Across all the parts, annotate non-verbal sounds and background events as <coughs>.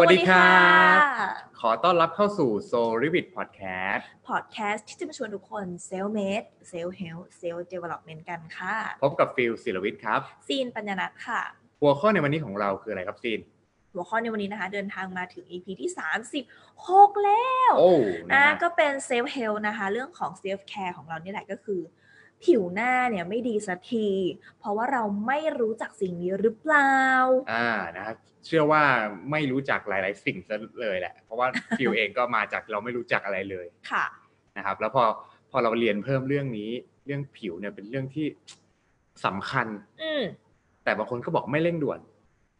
วัสดีครับ บ ขอต้อนรับเข้าสู่ Soul Rivet Podcast พอดแคสต์ที่จะมาชวนทุกคนเซลเมดเซลเฮลเซลเดเวล็อปเมนต์กันค่ะ พบกับฟิลศิลวิทย์ครับ ซีนปัญญานัทค่ะ หัวข้อในวันนี้ของเราคืออะไรครับซีน หัวข้อในวันนี้นะคะ เดินทางมาถึง EP ที่ 36 แล้ว โอ้นะ นะ ฮะ ก็เป็นเซลเฮลนะคะ เรื่องของเซลฟ์แคร์ของเรานี่แหละก็คือ ผิวหน้าเนี่ยไม่ดีสักที เพราะว่าเราไม่รู้จักสิ่งนี้หรือเปล่า อ่านะฮะเชื่อว่าไม่รู้จักหลาย ๆ สิ่งซะเลยแหละ เพราะว่า ฟิลเองก็มาจากเราไม่รู้จักอะไรเลย ค่ะ นะครับ แล้วพอพอเราเรียนเพิ่มเรื่องนี้ เรื่องผิวเนี่ยเป็นเรื่องที่สำคัญ อืม แต่บางคนก็บอกไม่เร่งด่วน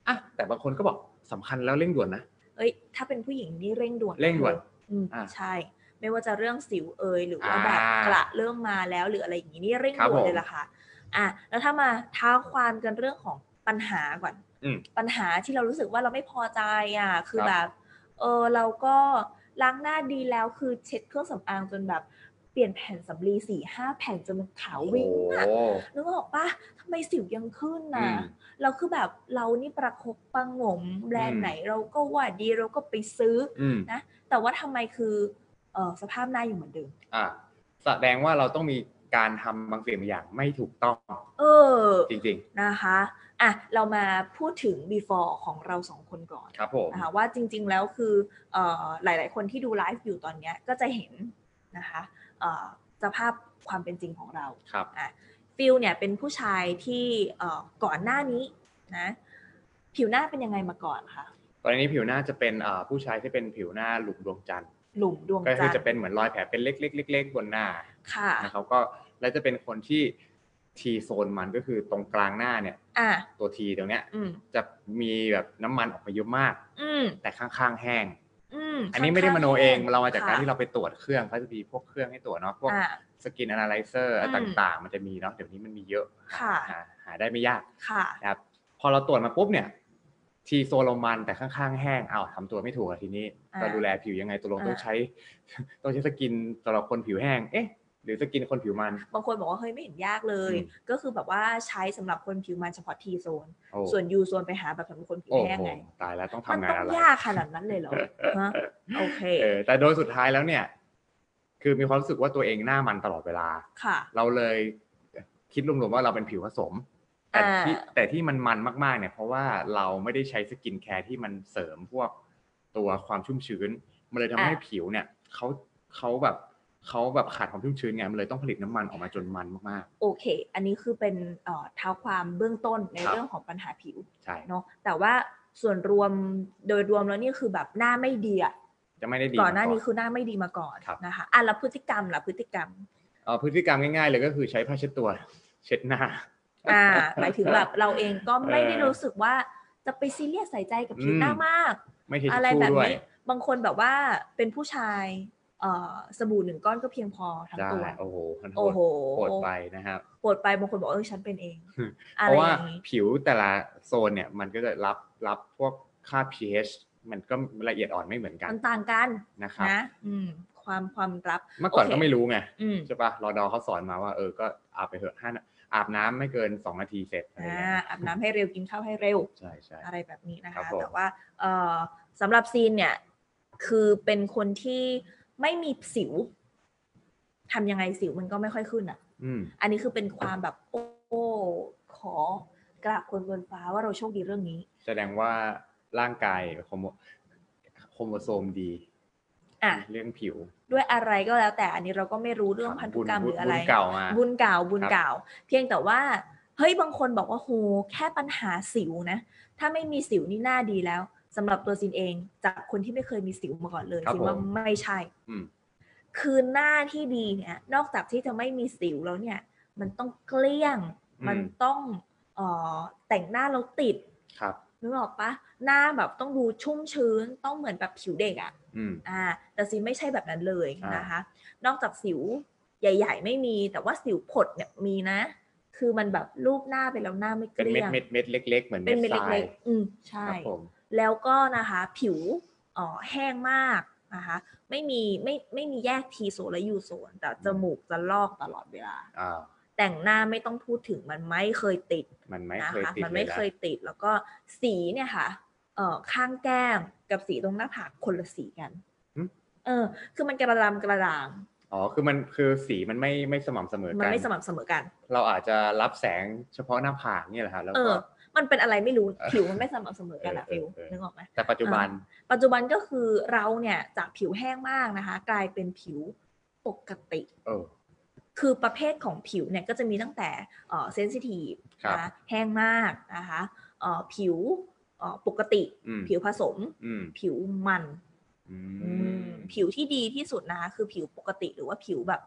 อ่ะแต่บางคนก็บอกสำคัญแล้วเร่งด่วนนะ เอ้ย ถ้าเป็นผู้หญิงนี่เร่งด่วน เร่งด่วน อืม อ่า ใช่ ไม่ว่าจะเรื่องสิวเอยหรือว่า อ่า แบบกระเริ่มมาแล้วหรืออะไรอย่างนี้นี่เร่ง ครับ ด่วน ผม เลยล่ะค่ะ อ่ะแล้วถ้ามาเท้าความกันเรื่องของปัญหาก่อน อืม ปัญหาที่เรารู้สึกว่าเราไม่พอใจอ่ะ คือ ครับ แบบ เออเราก็ล้างหน้าดีแล้วคือเช็ดเครื่องสำอางจนแบบเปลี่ยนแผ่นสำลีสี่ห้าแผ่นจนมันขาววิ่งอะ โอ้ นึกออกปะทำไมสิวยังขึ้น อื นะ ม เราคือแบบเรานี่ประคบประหงมแบรน อื ด์ ม ไหนเราก็ว่าดีเราก็ไปซื้อ อืม แต่ว่าทำไมคือเออสภาพหน้าอยู่เหมือนเดิม อ่ะแสดงว่าเราต้องมีการทำบางสิ่งบางอย่างไม่ถูกต้อง เออ จริง นะคะอ่ะเรามาพูดถึง before ของเราสองคนก่อน ๆ ครับผม นะคะว่าจริงๆแล้วคือเออหลายๆ คนที่ดูไลฟ์อยู่ตอนเนี้ยก็จะเห็นนะคะเออสภาพความเป็นจริงของเรา ครับ ฟิลเนี่ยเป็นผู้ชายที่เออก่อนหน้านี้นะผิวหน้าเป็นยังไงมาก่อนคะ ตอนนี้ผิวหน้าจะเป็นอ่าผู้ชายที่เป็นผิวหน้าหลุมดวงจันทร์ หลุมดวง ก็ จั คือน ท จะ ร์ เป็นเหมือนรอยแผลเป็นเล็กๆเล็กๆบนหน้า ค่ะ นะครับก็และจะเป็นคนที่ทีโซนมันก็คือตรงกลางหน้าเนี่ย อ่ะ ตัวทีตรงเนี้ย อืม จะมีแบบน้ำมันออกมาเยอะมาก อืม แต่ข้างๆแห้ง อืม อันนี้ไม่ได้มโนเองเรามาจากการ ค่ะ ที่เราไปตรวจเครื่องเขาจะมีพวกเครื่องให้ตรวจเนาะพวก อ่ะ สกินอนาลิเซอร์ อืม ต่างๆ มันจะมีเนาะเดี๋ยวนี้มันมีเยอะ ค่ะ หาหาได้ไม่ยาก ค่ะ นะครับพอเราตรวจมาปุ๊บเนี่ย ทีโซโลมันแต่ข้างๆแห้งอ้าวทำตัวไม่ถูกอะทีนี้ อ่า เราดูแลผิวยังไงตัวลง อ่า ต้องใช้ <laughs> ต้องใช้สกินสำหรับคนผิวแห้ง เอ๊ะ หรือสกินคนผิวมัน บางคนบอกว่าเฮ้ยไม่เห็นยากเลย อืม ก็คือแบบว่าใช้สำหรับคนผิวมันเฉพาะทีโซน โอ้ ส่วนยูโซนไปหาแบบสำหรับคนผิว โอ้ แห้ง โห ไง ตายแล้วต้อง มัน ทำงา ต้องนอะไร ยากขนาดนั้นเลยเหรอฮะโอเค เออแต่โดยสุดท้ายแล้วเนี่ย คือมีความรู้สึกว่าตัวเองหน้ามันตลอดเวลา ค่ะ เราเลยคิดรวมๆว่าเราเป็นผิวผสม แต่ที่ อ่า แต่ที่มันมันมากๆ เนี่ยเพราะว่าเราไม่ได้ใช้สกินแคร์ที่มันเสริมพวกตัวความชุ่มชื้น มันเลยทำให้ผิวเนี่ยเขาเขาแบบเขาแบบขาดความชุ่มชื้นไงมันเลยต้องผลิตน้ำมันออกมาจนมันมาก โอเค อันนี้คือเป็นเอ่อเท้าความเบื้องต้นใน ครับ เรื่องของปัญหาผิว ๆ ใช่ เนาะ แต่ว่าส่วนรวมโดยรวมแล้วนี่คือแบบหน้าไม่ดีอะ จะไม่ได้ดี ก่อนหน้านี้ ม คือหน้าไม่ดีมาก่อน ครับ นะคะ อ่ะแล้วพฤติกรรมล่ะพฤติกรรม เอ่อพฤติกรรมง่ายๆเลยก็คือใช้ผ้าเช็ดตัว เช็ดหน้า <laughs> อ่า หมายถึงแบบเราเองก็ไม่ได้ เออ รู้สึกว่าจะไปซีเรียสใส่ใจกับผิว อืม หน้ามาก ไม่ใช่ทิช อะไร ชู่ แบบ ด้วย นี้บางคนแบบว่าเป็นผู้ชายเอ่อสบู่หนึ่งก้อนก็เพียงพอทั้ง ได้ ตัว โอ้โหทันโท โอ้ ษ โห โหดไปนะครับ ปวดไปบางคนบอกเออฉันเป็นเองอะ เพ ไร ราะ อ ว่า ย่างนี้ ผิวแต่ละโซนเนี่ยมันก็จะรับรับพวกค่า pH มันก็ละเอียดอ่อนไม่เหมือนกัน มันต่างกัน นะครับ นะ อืม ความความรับ เมื่อก่อน โอเค ก็ไม่รู้ไง อืม ใช่ปะรอดอเขาสอนมาว่าเออก็อาบไปเถอะห้านาอาบน้ำไม่เกินสองนาทีเสร็จอะไร อ่า เงี้ย อาบน้ำให้เร็วกินข้าวให้เร็ว ใช่ใช่ อะไรแบบนี้นะ ครั คะ บผม แต่ว่าเอ่อสำหรับซีนเนี่ย คือเป็นคนที่ไม่มีสิวทำยังไงสิวมันก็ไม่ค่อยขึ้นอ่ะ ืม อันนี้คือเป็นความแบบโอ้ขอกราบคนบนฟ้าว่าเราโชคดีเรื่องนี้ แสดงว่าร่างกายโครโมโครโมโซมดี อ่ะ เรื่องผิว ด้วยอะไรก็แล้วแต่อันนี้เราก็ไม่รู้เรื่องพันธุกรรม บุ หรืญออะไร บุญเก่ามา บุญเก่าบุญ ครับ เก่า เพียงแต่ว่า เฮ้ยบางคนบอกว่าโหแค่ปัญหาสิวนะ ถ้าไม่มีสิวนี่หน้าดีแล้วสำหรับตัวซินเอง จากคนที่ไม่เคยมีสิวมาก่อนเลย ครับ ซินว่า ผม ไม่ใช่ อืม คือหน้าที่ดีเนี่ย นอกจากที่จะไม่มีสิวแล้วเนี่ย มันต้องเกลี้ยง อื มัน ม ต้องเออแต่งหน้าแล้วติด ครับ นึกออกปะหน้าแบบต้องดูชุ่มชื้นต้องเหมือนแบบผิวเด็กอะ่ะ อืม อ่า แต่ซีไม่ใช่แบบนั้นเลย อ่าน นะคะ นอกจากสิวใหญ่ ๆ ไม่มีแต่ว่าสิวผดเนี่ยมีนะ คือมันแบบรูปหน้าไปแล้วหน้าไม่เก เป็น ลี้ เม็ ย ด ง เม็ดเม็ดเล็ก ๆ เหมือน เป็ เม็ น ด เม็ด ทราย เล็กๆอืมใช่ ครับผม แล้วก็นะคะ ผิวเอ่อแห้งมากนะคะ ไม่มีไม่ไม่มีแยกทีโซนและยูโซนแต่จมูกจะลอกตลอดเวลา อ่า แต่งหน้าไม่ต้องพูดถึงมันไม่เคยติด มันไม่ นะ เคย คะ ติด มันไม่ ลนะ เคยติดแล้วก็สีเนี่ยค่ะ เอ อ่อข้างแก้มกับสีตรงหน้าผากคนละสีกัน หึ เออ คือมันกระลำกระด่าง อ๋อคือมันคือสีมันไม่ไม่สม่ำเสมอ มัน กัน ไม่สม่ำเสมอกัน เราอาจจะรับแสงเฉพาะหน้าผากเนี่ยแหละครับแล้ว เอ ก็ อ มันเป็นอะไรไม่รู้ เออ ผิวมันไม่สม่ำเสมอกันอะ เอ ฟิ อ ว เออเออ นึกออกไหม แต่ปัจจุบัน ปัจจุบันก็คือเราเนี่ยจากผิวแห้งมากนะคะ กลายเป็นผิวปกติ เออ คือประเภทของผิวเนี่ยก็จะมีตั้งแต่เซนซิทีฟ ครับ นะคะแห้งมากนะคะเอ่อผิวเอ่อปกติ อืม ผิวผสม อืม ผิวมัน อื อื ม มผิวที่ดีที่สุดนะคะคือผิวปกติหรือว่าผิวแบบ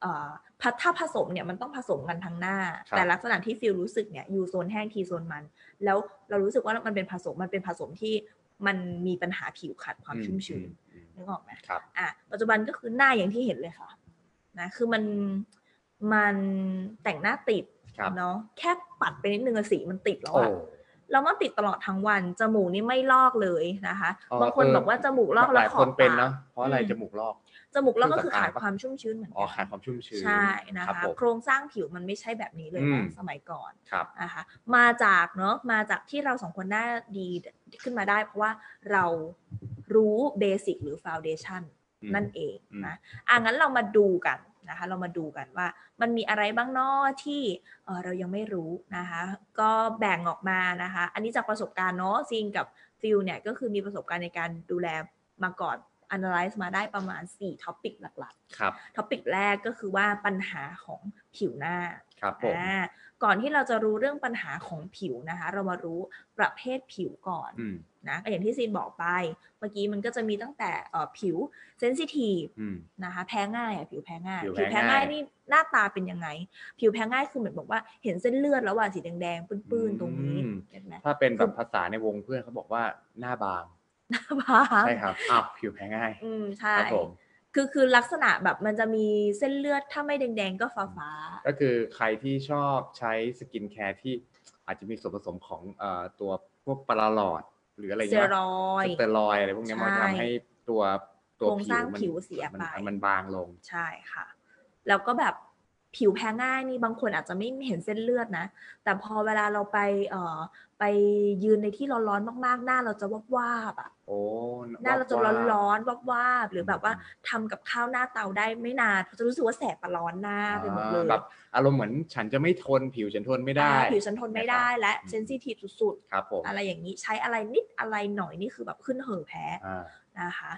เอ่อพัถ้าผสมเนี่ยมันต้องผสมกันทั้งหน้า แต่ลักษณะที่ฟิลรู้สึกเนี่ยยูโซนแห้งทีโซนมัน แล้วเรารู้สึกว่ามันเป็นผสมมันเป็นผสมที่มันมีปัญหาผิวขาดความชุ่มชื้น อืมอืม นึกออกไหม ครับ อ่ะ ปัจจุบันก็คือหน้าอย่างที่เห็นเลยค่ะ นะ คือมัน มันแต่งหน้าติด ครับ เนาะ แค่ปัดไปนิดนึงอะสีมันติดแล้ว โอ้ อะแล้วมันติดตลอดทั้งวัน จมูกนี่ไม่ลอกเลยนะคะ อ๋อบ างคน เออ บอกว่าจมูกลอกแล้วหลาย ขอ คน บ เป็น ปาก เนาะเพราะอะไร อืม จมูกลอก จมูกลอกก็คือ เครื่องสำอาง ขาด ปะ ความชุ่มชื้นเหมือน อ๋อ กั ขาดความชุ่มชื้น ใช่นะครับ คะ ผม โครงสร้างผิวมันไม่ใช่แบบนี้เลยนะ อืม สมัยก่อน ครับ นะคะมาจากเนาะมาจากที่เราสองคนหน้าดีขึ้นมาได้ เพราะว่าเรารู้เบสิกหรือฟ u วเดชัน อืม นั่นเอง อืม นะอ่ะงั้นเรามาดูกันนะคะ เรามาดูกันว่ามันมีอะไรบ้างเนอที่เอ่อเรายังไม่รู้นะคะ ก็แบ่งออกมานะคะ อันนี้จากประสบการณ์เนาะซีนกับฟิลเนี่ยก็คือมีประสบการณ์ในการดูแลมาก่อน analyze มาได้ประมาณ4 topic หลัก ครับ ๆ topic แรกก็คือว่าปัญหาของผิวหน้า ครับผม อ่าก่อนที่เราจะรู้เรื่องปัญหาของผิวนะคะ เรามารู้ประเภทผิวก่อน อืม นะก็อย่างที่ซีนบอกไป เมื่อกี้มันก็จะมีตั้งแต่เอ่อผิวเซนซิทีฟ อืม นะคะแพ้ง่ายอะผิวแพ้ง่าย ผิวแพ้ง่าย นี่หน้าตาเป็นยังไง ผิวแพ้ง่ายคือเหมือนบอกว่าเห็นเส้นเลือดแล้วว่าสีแดงๆปื้นๆตรงนี้ อืม เห็นไหม ถ้าเป็นแบบภาษาในวงเพื่อนเขาบอกว่าหน้าบาง ห <laughs> น้าบาง ใช่ครับอ้าวผิวแพ้ง่าย อืม ค ใช่ รับผม คือคือลักษณะแบบมันจะมีเส้นเลือดถ้าไม่แดงๆก็ฟ้า ก็คือใครที่ชอบใช้สกินแคร์ที่อาจจะมีส่วนผสมของเอ่อตัวพวกปลาหลอด หรืออะไร ๆเซ เงี้ย รอยด์ สเตียรอยด์อะไรพวกเนี้ยมัน ใช่ ทำให้ตัวตัว โครง ผิ ส ว ร้าง มัน ผิวเสีย มัน ไป มันบางลง ใช่ค่ะ แล้วก็แบบผิวแพ้ง่ายนี่บางคนอาจจะไม่เห็นเส้นเลือดนะ แต่พอเวลาเราไปเอ่อไปยืนในที่ร้อนๆมากๆ หน้าเราจะวับวาบๆอะ โอ้ หน้าเราจะ ว่ๆ ร้อนๆวับวาบๆหรือแบบว่าทำกับข้าวหน้าเตาได้ไม่นานจะรู้สึกว่าแสบปะร้อนหน้าไปหมดเลย อ่าแบบอารมณ์เหมือนฉันจะไม่ทนผิวฉันทนไม่ได้ อ่าผิวฉันทนไม่ได้และเซนซิทีฟสุด ครับผม ๆ อะไรอย่างนี้ใช้อะไรนิดอะไรหน่อยนี่คือแบบขึ้นเหอแพ้ อ่า นะคะ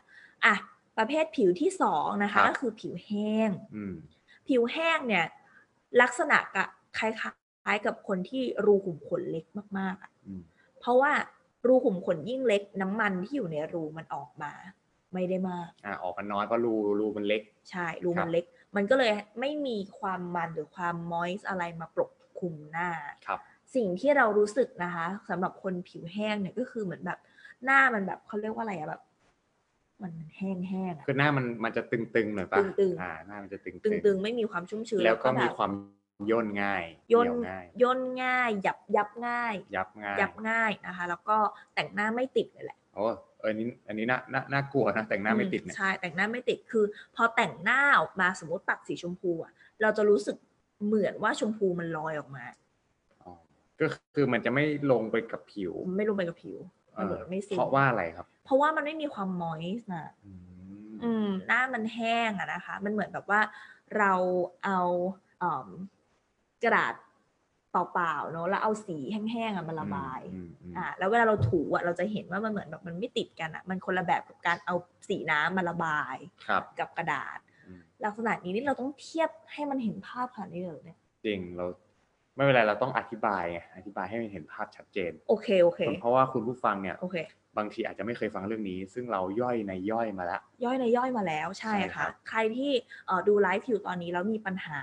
อ่ะประเภทผิวที่สองนะ ครั คะ บ ก็คือผิวแห้ง อืม ผิวแห้งเนี่ย ลักษณะกะคล้ายๆกับคนที่รูขุมขนเล็กมากๆอะ อืม เพราะว่ารูขุมขนยิ่งเล็กน้ำมันที่อยู่ในรูมันออกมา ไม่ได้มาก อ่าออกมันน้อยเพราะรูรูมันเล็ก ใช่รู คมัรับ นเล็ก มันก็เลยไม่มีความมันหรือความมอยส์อะไรมาปกคลุมหน้า ครับ สิ่งที่เรารู้สึกนะคะสำหรับคนผิวแห้งเนี่ยก็คือเหมือนแบบหน้ามันแบบเขาเรียกว่าอะไรอะแบบ มันแห้งๆอะ คือหน้ามันมันจะตึงๆหน่อยปะ ตึงๆ อ่าหน้ามันจะตึงๆ ตึงๆ ไม่มีความชุ่มชื้น แล้วก็มี บบ ความย่นง่าย ย่น เหี่วง่าย ย่นง่าย ยับยับง่าย ยับง่าย ยับง่ายนะคะ แล้วก็แต่งหน้าไม่ติดเลยแหละ โอ้เอออันนี้อันนี้น่าน่าน่ากลัวนะแต่งหน้าไม่ติดเนี่ย ใช่แต่งหน้าไม่ติดคือ พอแต่งหน้าออกมาสมมติปัดสีชมพูอะเราจะรู้สึกเหมือนว่าชมพูมันลอยออกมา อ๋อก็คือมันจะไม่ลงไปกับผิว ไม่ลงไปกับผิวมันเหมือนไม่ซึม เพราะว่าอะไรครับ เพราะว่ามันไม่มีความมอยส์นะ อืม อืม หน้ามันแห้งอะนะคะ มันเหมือนแบบว่าเราเอาเอิ่มกระดาษเปล่าๆเนอะแล้วเอาสีแห้งๆอะมาระบาย อืมอืม อ่าแล้วเวลาเราถูอ่ะเราจะเห็นว่ามันเหมือนแบบมันไม่ติดกันอ่ะมันคนละแบบกับการเอาสีน้ำมาระบาย ครับ กับกระดาษ อืม ลักษณะนี้นี่เราต้องเทียบให้มันเห็นภาพขนาดนี้เลยเหรอเนี่ย จริงเราไม่เป็นไรเราต้องอธิบายไงอธิบายให้มันเห็นภาพชัดเจน โอเคโอเค เพราะว่าคุณผู้ฟังเนี่ย โอเค บางทีอาจจะไม่เคยฟังเรื่องนี้ ซึ่งเราย่อยในย่อยมาละ ย่อยในย่อยมาแล้วใช่ ใช่ครั ค่ะ บ ใครที่เอ่อดูไลฟ์อยู่ตอนนี้แล้วมีปัญหา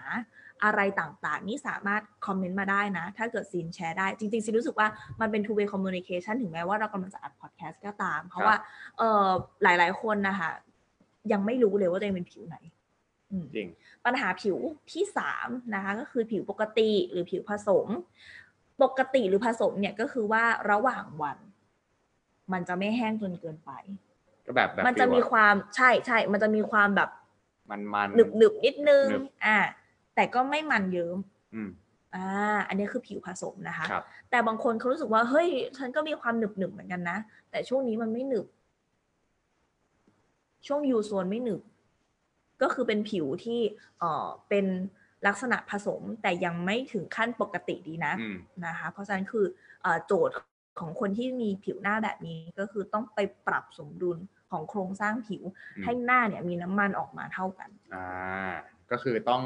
อะไรต่างๆ นี่สามารถคอมเมนต์มาได้นะ ถ้าเกิดซีนแชร์ได้ จริงๆซีนรู้สึกว่ามันเป็น two way communication ถึงแม้ว่าเรากำลังจะอัดพอดแคสต์ก็ตาม เพราะว่าเอ่อหลายๆคนนะคะยังไม่รู้เลยว่าตัวเองเป็นผิวไหนอืม จริง ปัญหาผิวที่3นะคะก็คือผิวปกติหรือผิวผสม ปกติหรือผสมเนี่ยก็คือว่าระหว่างวัน มันจะไม่แห้งจนเกินไป ก็แบบแบบ มันจะมี ที่ว่า ความใช่ใช่มันจะมีความแบบ มันมัน หนึบหนึบนิดนึง หนึบ อ่าแต่ก็ไม่มันเยิ้ม อืม อ่าอันนี้คือผิวผสมนะคะ ครับ แต่บางคนเขารู้สึกว่าเฮ้ย ฉันก็มีความหนึบหนึบๆเหมือนกันนะ แต่ช่วงนี้มันไม่หนึบ ช่วงยูโซนไม่หนึบ ก็คือเป็นผิวที่เอ่อเป็นลักษณะผสมแต่ยังไม่ถึงขั้นปกติดีนะ อืม นะคะเพราะฉะนั้นคือเออโจทย์ของคนที่มีผิวหน้าแบบนี้ก็คือต้องไปปรับสมดุลของโครงสร้างผิว อืม ให้หน้าเนี่ยมีน้ำมันออกมาเท่ากัน อ่า ก็คือต้อง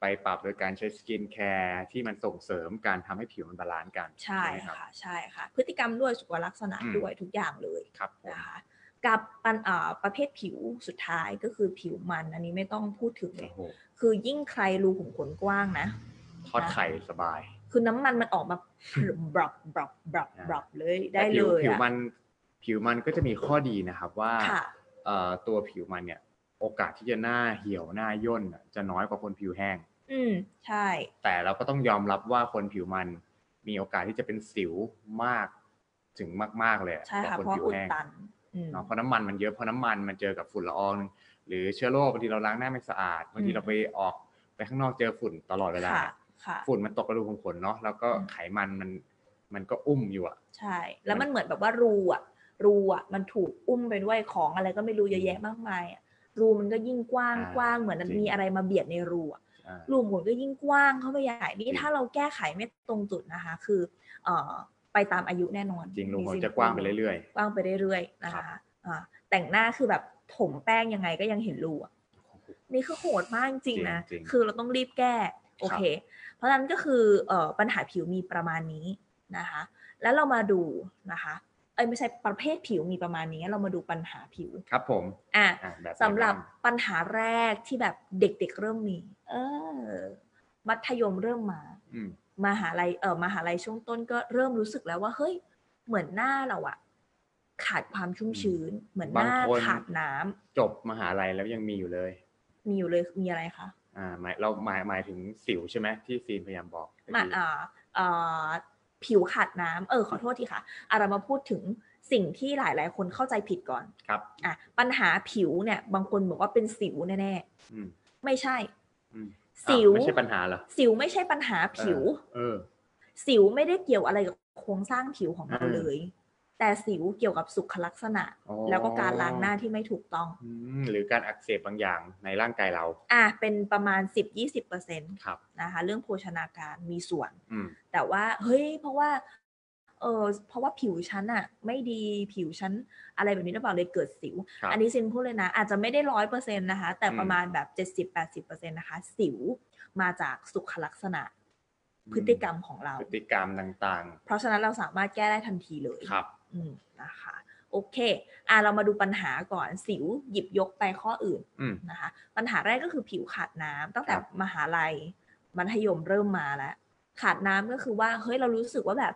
ไปปรับโดยการใช้สกินแคร์ที่มันส่งเสริมการทำให้ผิวมันบาลานซ์กัน ใช่ ไหมครับ ค่ะใช่ค่ะ พฤติกรรมด้วยสุขลักษณะ อืม ด้วยทุกอย่างเลย ครับผม นะคะกับปัญเอ่อประเภทผิวสุดท้ายก็คือผิวมันอันนี้ไม่ต้องพูดถึงเล โอ้ ย โห คือยิ่งใครรูขุมขนกว้างนะ ทอดไข่สบาย คือน้ำมันมันออกมา บ <laughs> รับบรับบรับบรับเลยได้ แต่ เล ผิวยผิว อะ มันผิวมันก็จะมีข้อดีนะครับว่า ค่ะ เอ่อตัวผิวมันเนี่ย โอกาสที่จะหน้าเหี่ยวหน้าย่นน่ะจะน้อยกว่าคนผิวแห้ง อืมใช่ แต่เราก็ต้องยอมรับว่าคนผิวมัน มีโอกาสที่จะเป็นสิวมากถึงมาก ๆ เลย ใช่ค่ะ กเพราะว่านผิว อุด แห้ง ตันอืม เนาะเพราะน้ำมันมันเยอะเพราะน้ำมันมันเจอกับฝุ่นละออง หรือเชื้อโรคบางทีเราล้างหน้าไม่สะอาดบางที อืม เราไปออกไปข้างนอกเจอฝุ่นตลอดเวลา ค่ะค่ะ ฝุ่นมันตกกระดูกของขนเนาะแล้วก็ อืม ไขมันมันมันก็อุ้มอยู่อะ ใช่ แล้ว มั มัน น เหมือนแบบว่ารูอะรูอะมันถูกอุ้มไปด้วยของอะไรก็ไม่รู้เยอะแยะมากมายอะรูมันก็ยิ่งกว้างกว้างเหมือนมันมีอะไรมาเบียดในรูอะ อ่า รูมนก็ยิ่งกว้างเข้าไปใหญ่ จริ นี่ ง ถ้าเราแก้ไขไม่ตรงจุดนะคะ คือเอ่อไปตามอายุแน่นอน จริงลุง มี ผม สิทธิ์ จะกว้างไปเรื่อย กว้างไปเรื่อยๆนะ ครั คะ บ อ่าแต่งหน้าคือแบบถมแป้งยังไงก็ยังเห็นรูอะ ๆ นี่คือโหดมากจ จริ ริง ง ๆนะ จริง คือเราต้องรีบแก้ โอเค เพราะฉะนั้นก็คือเอ่อปัญหาผิวมีประมาณนี้นะคะ แล้วเรามาดูนะคะ เอ้ยไม่ใช่ประเภทผิวมีประมาณนี้ เรามาดูปัญหาผิว ครับผม อ่ะ อ่ะแบบไหน สำหรับ บ้าง ปัญหาแรกที่แบบเด็กๆเริ่มมี เออ มัธยมเริ่มมา อืม มหาลัยเออมหาลัยช่วงต้นก็เริ่มรู้สึกแล้วว่าเฮ้ย เหมือนหน้าเราอะขาดความชุ่มชื้น เหมือนหน้า บางคน ขาดน้ำ จบมหาลัยแล้วยังมีอยู่เลย มีอยู่เลยมีอะไรคะ อ่าหมายเราหมายหมายถึงสิวใช่ไหมที่ฟิล์มพยายามบอก มาอ่าเอ่อผิวขาดน้ำเออขอโทษทีค่ะอ่ะเรามาพูดถึงสิ่งที่หลาย ๆ คนเข้าใจผิดก่อน ครับ อ่ะปัญหาผิวเนี่ย บางคนบอกว่าเป็นสิวแน่ อืม ๆ ไม่ใช่ อืม สิว อ้าไม่ใช่ปัญหาเหรอ สิวไม่ใช่ปัญหาผิว เออ สิวไม่ได้เกี่ยวอะไรกับโครงสร้างผิวของเรา อืม เลย แต่สิวเกี่ยวกับสุขลักษณะ อ๋อ แล้วก็การล้างหน้าที่ไม่ถูกต้อง อืมหรือการอักเสบบางอย่างในร่างกายเรา อ่ะเป็นประมาณ 10-20%น ครับ ะคะ เรื่องโภชนาการมีส่วน อืม แต่ว่าเฮ้ยเพราะว่าเออเพราะว่าผิวฉันอะไม่ดีผิวฉันอะไรแบบนี้หรือเปล่าเลยเกิดสิว ครับ อันนี้ซินพูดเลยนะ อาจจะไม่ได้ร้อยเปอร์เซ็นต์นะคะ แต่ประ อืม มาณแบบเจ็ดสิบแปดสิบเปอร์เซ็นต์นะคะ สิวมาจากสุขลักษณะพฤติกรรมของเรา พฤติกรรมต่าง เพราะฉะนั้นเราสามารถแก้ได้ทันทีเลย ๆ ครับ อืมนะคะ โอเค อ่ะเรามาดูปัญหาก่อนสิวหยิบยกไปข้ออื่น อืม นะคะ ปัญหาแรกก็คือผิวขาดน้ำตั้งแต่ ครับ มหาลัยมัธยมเริ่มมาแล้ว ขาดน้ำก็คือว่าเฮ้ยเรารู้สึกว่าแบบ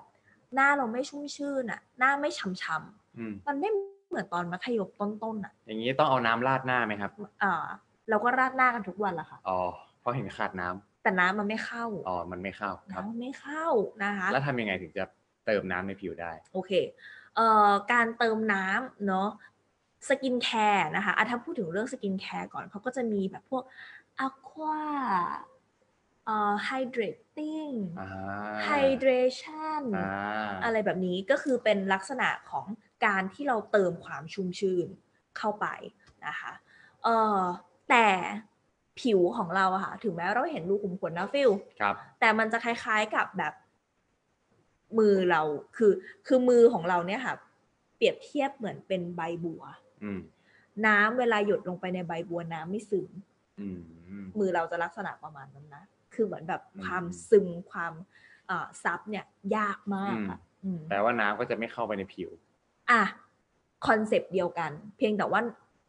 หน้าเราไม่ชุ่มชื่นอะหน้าไม่ฉ่ำๆ อืม มันไม่เหมือนตอนมัธยมต้นๆอะ อย่างนี้ต้องเอาน้ำราดหน้าไหมครับ อ่าเราก็ราดหน้ากันทุกวันละค่ะ อ๋อเพราะเห็นขาดน้ำ แต่น้ำมันไม่เข้า อ๋อมันไม่เข้าครับ น้ำมันไม่เข้านะคะ แล้วทำยังไงถึงจะเติมน้ำในผิวได้ โอเค เอ่อ การเติมน้ำเนาะ สกินแคร์นะคะอ่ะถ้าพูดถึงเรื่องสกินแคร์ก่อนเขาก็จะมีแบบพวกอะควาเอ่อไฮเดรตติ้ง อ่า ไฮเดรชัน อ่า อะไรแบบนี้ก็คือเป็นลักษณะของการที่เราเติมความชุ่มชื่นเข้าไปนะคะเออแต่ผิวของเราอะค่ะถึงแม้เราเห็นรูขุมขนนะฟิล ครับ แต่มันจะคล้ายๆกับแบบมือเราคือคือมือของเราเนี่ยค่ะ เปรียบเทียบเหมือนเป็นใบบัว อืม น้ำเวลาหยดลงไปในใบบัวน้ำไม่ซึม อืม มือเราจะลักษณะประมาณนั้นนะ คือเหมือนแบบ อืม ความซึมความเอ่อซับเนี่ยยากมากอะอืม แปลว่าน้ำก็จะไม่เข้าไปในผิว อ่ะคอนเซปต์เดียวกัน เพียงแต่ว่า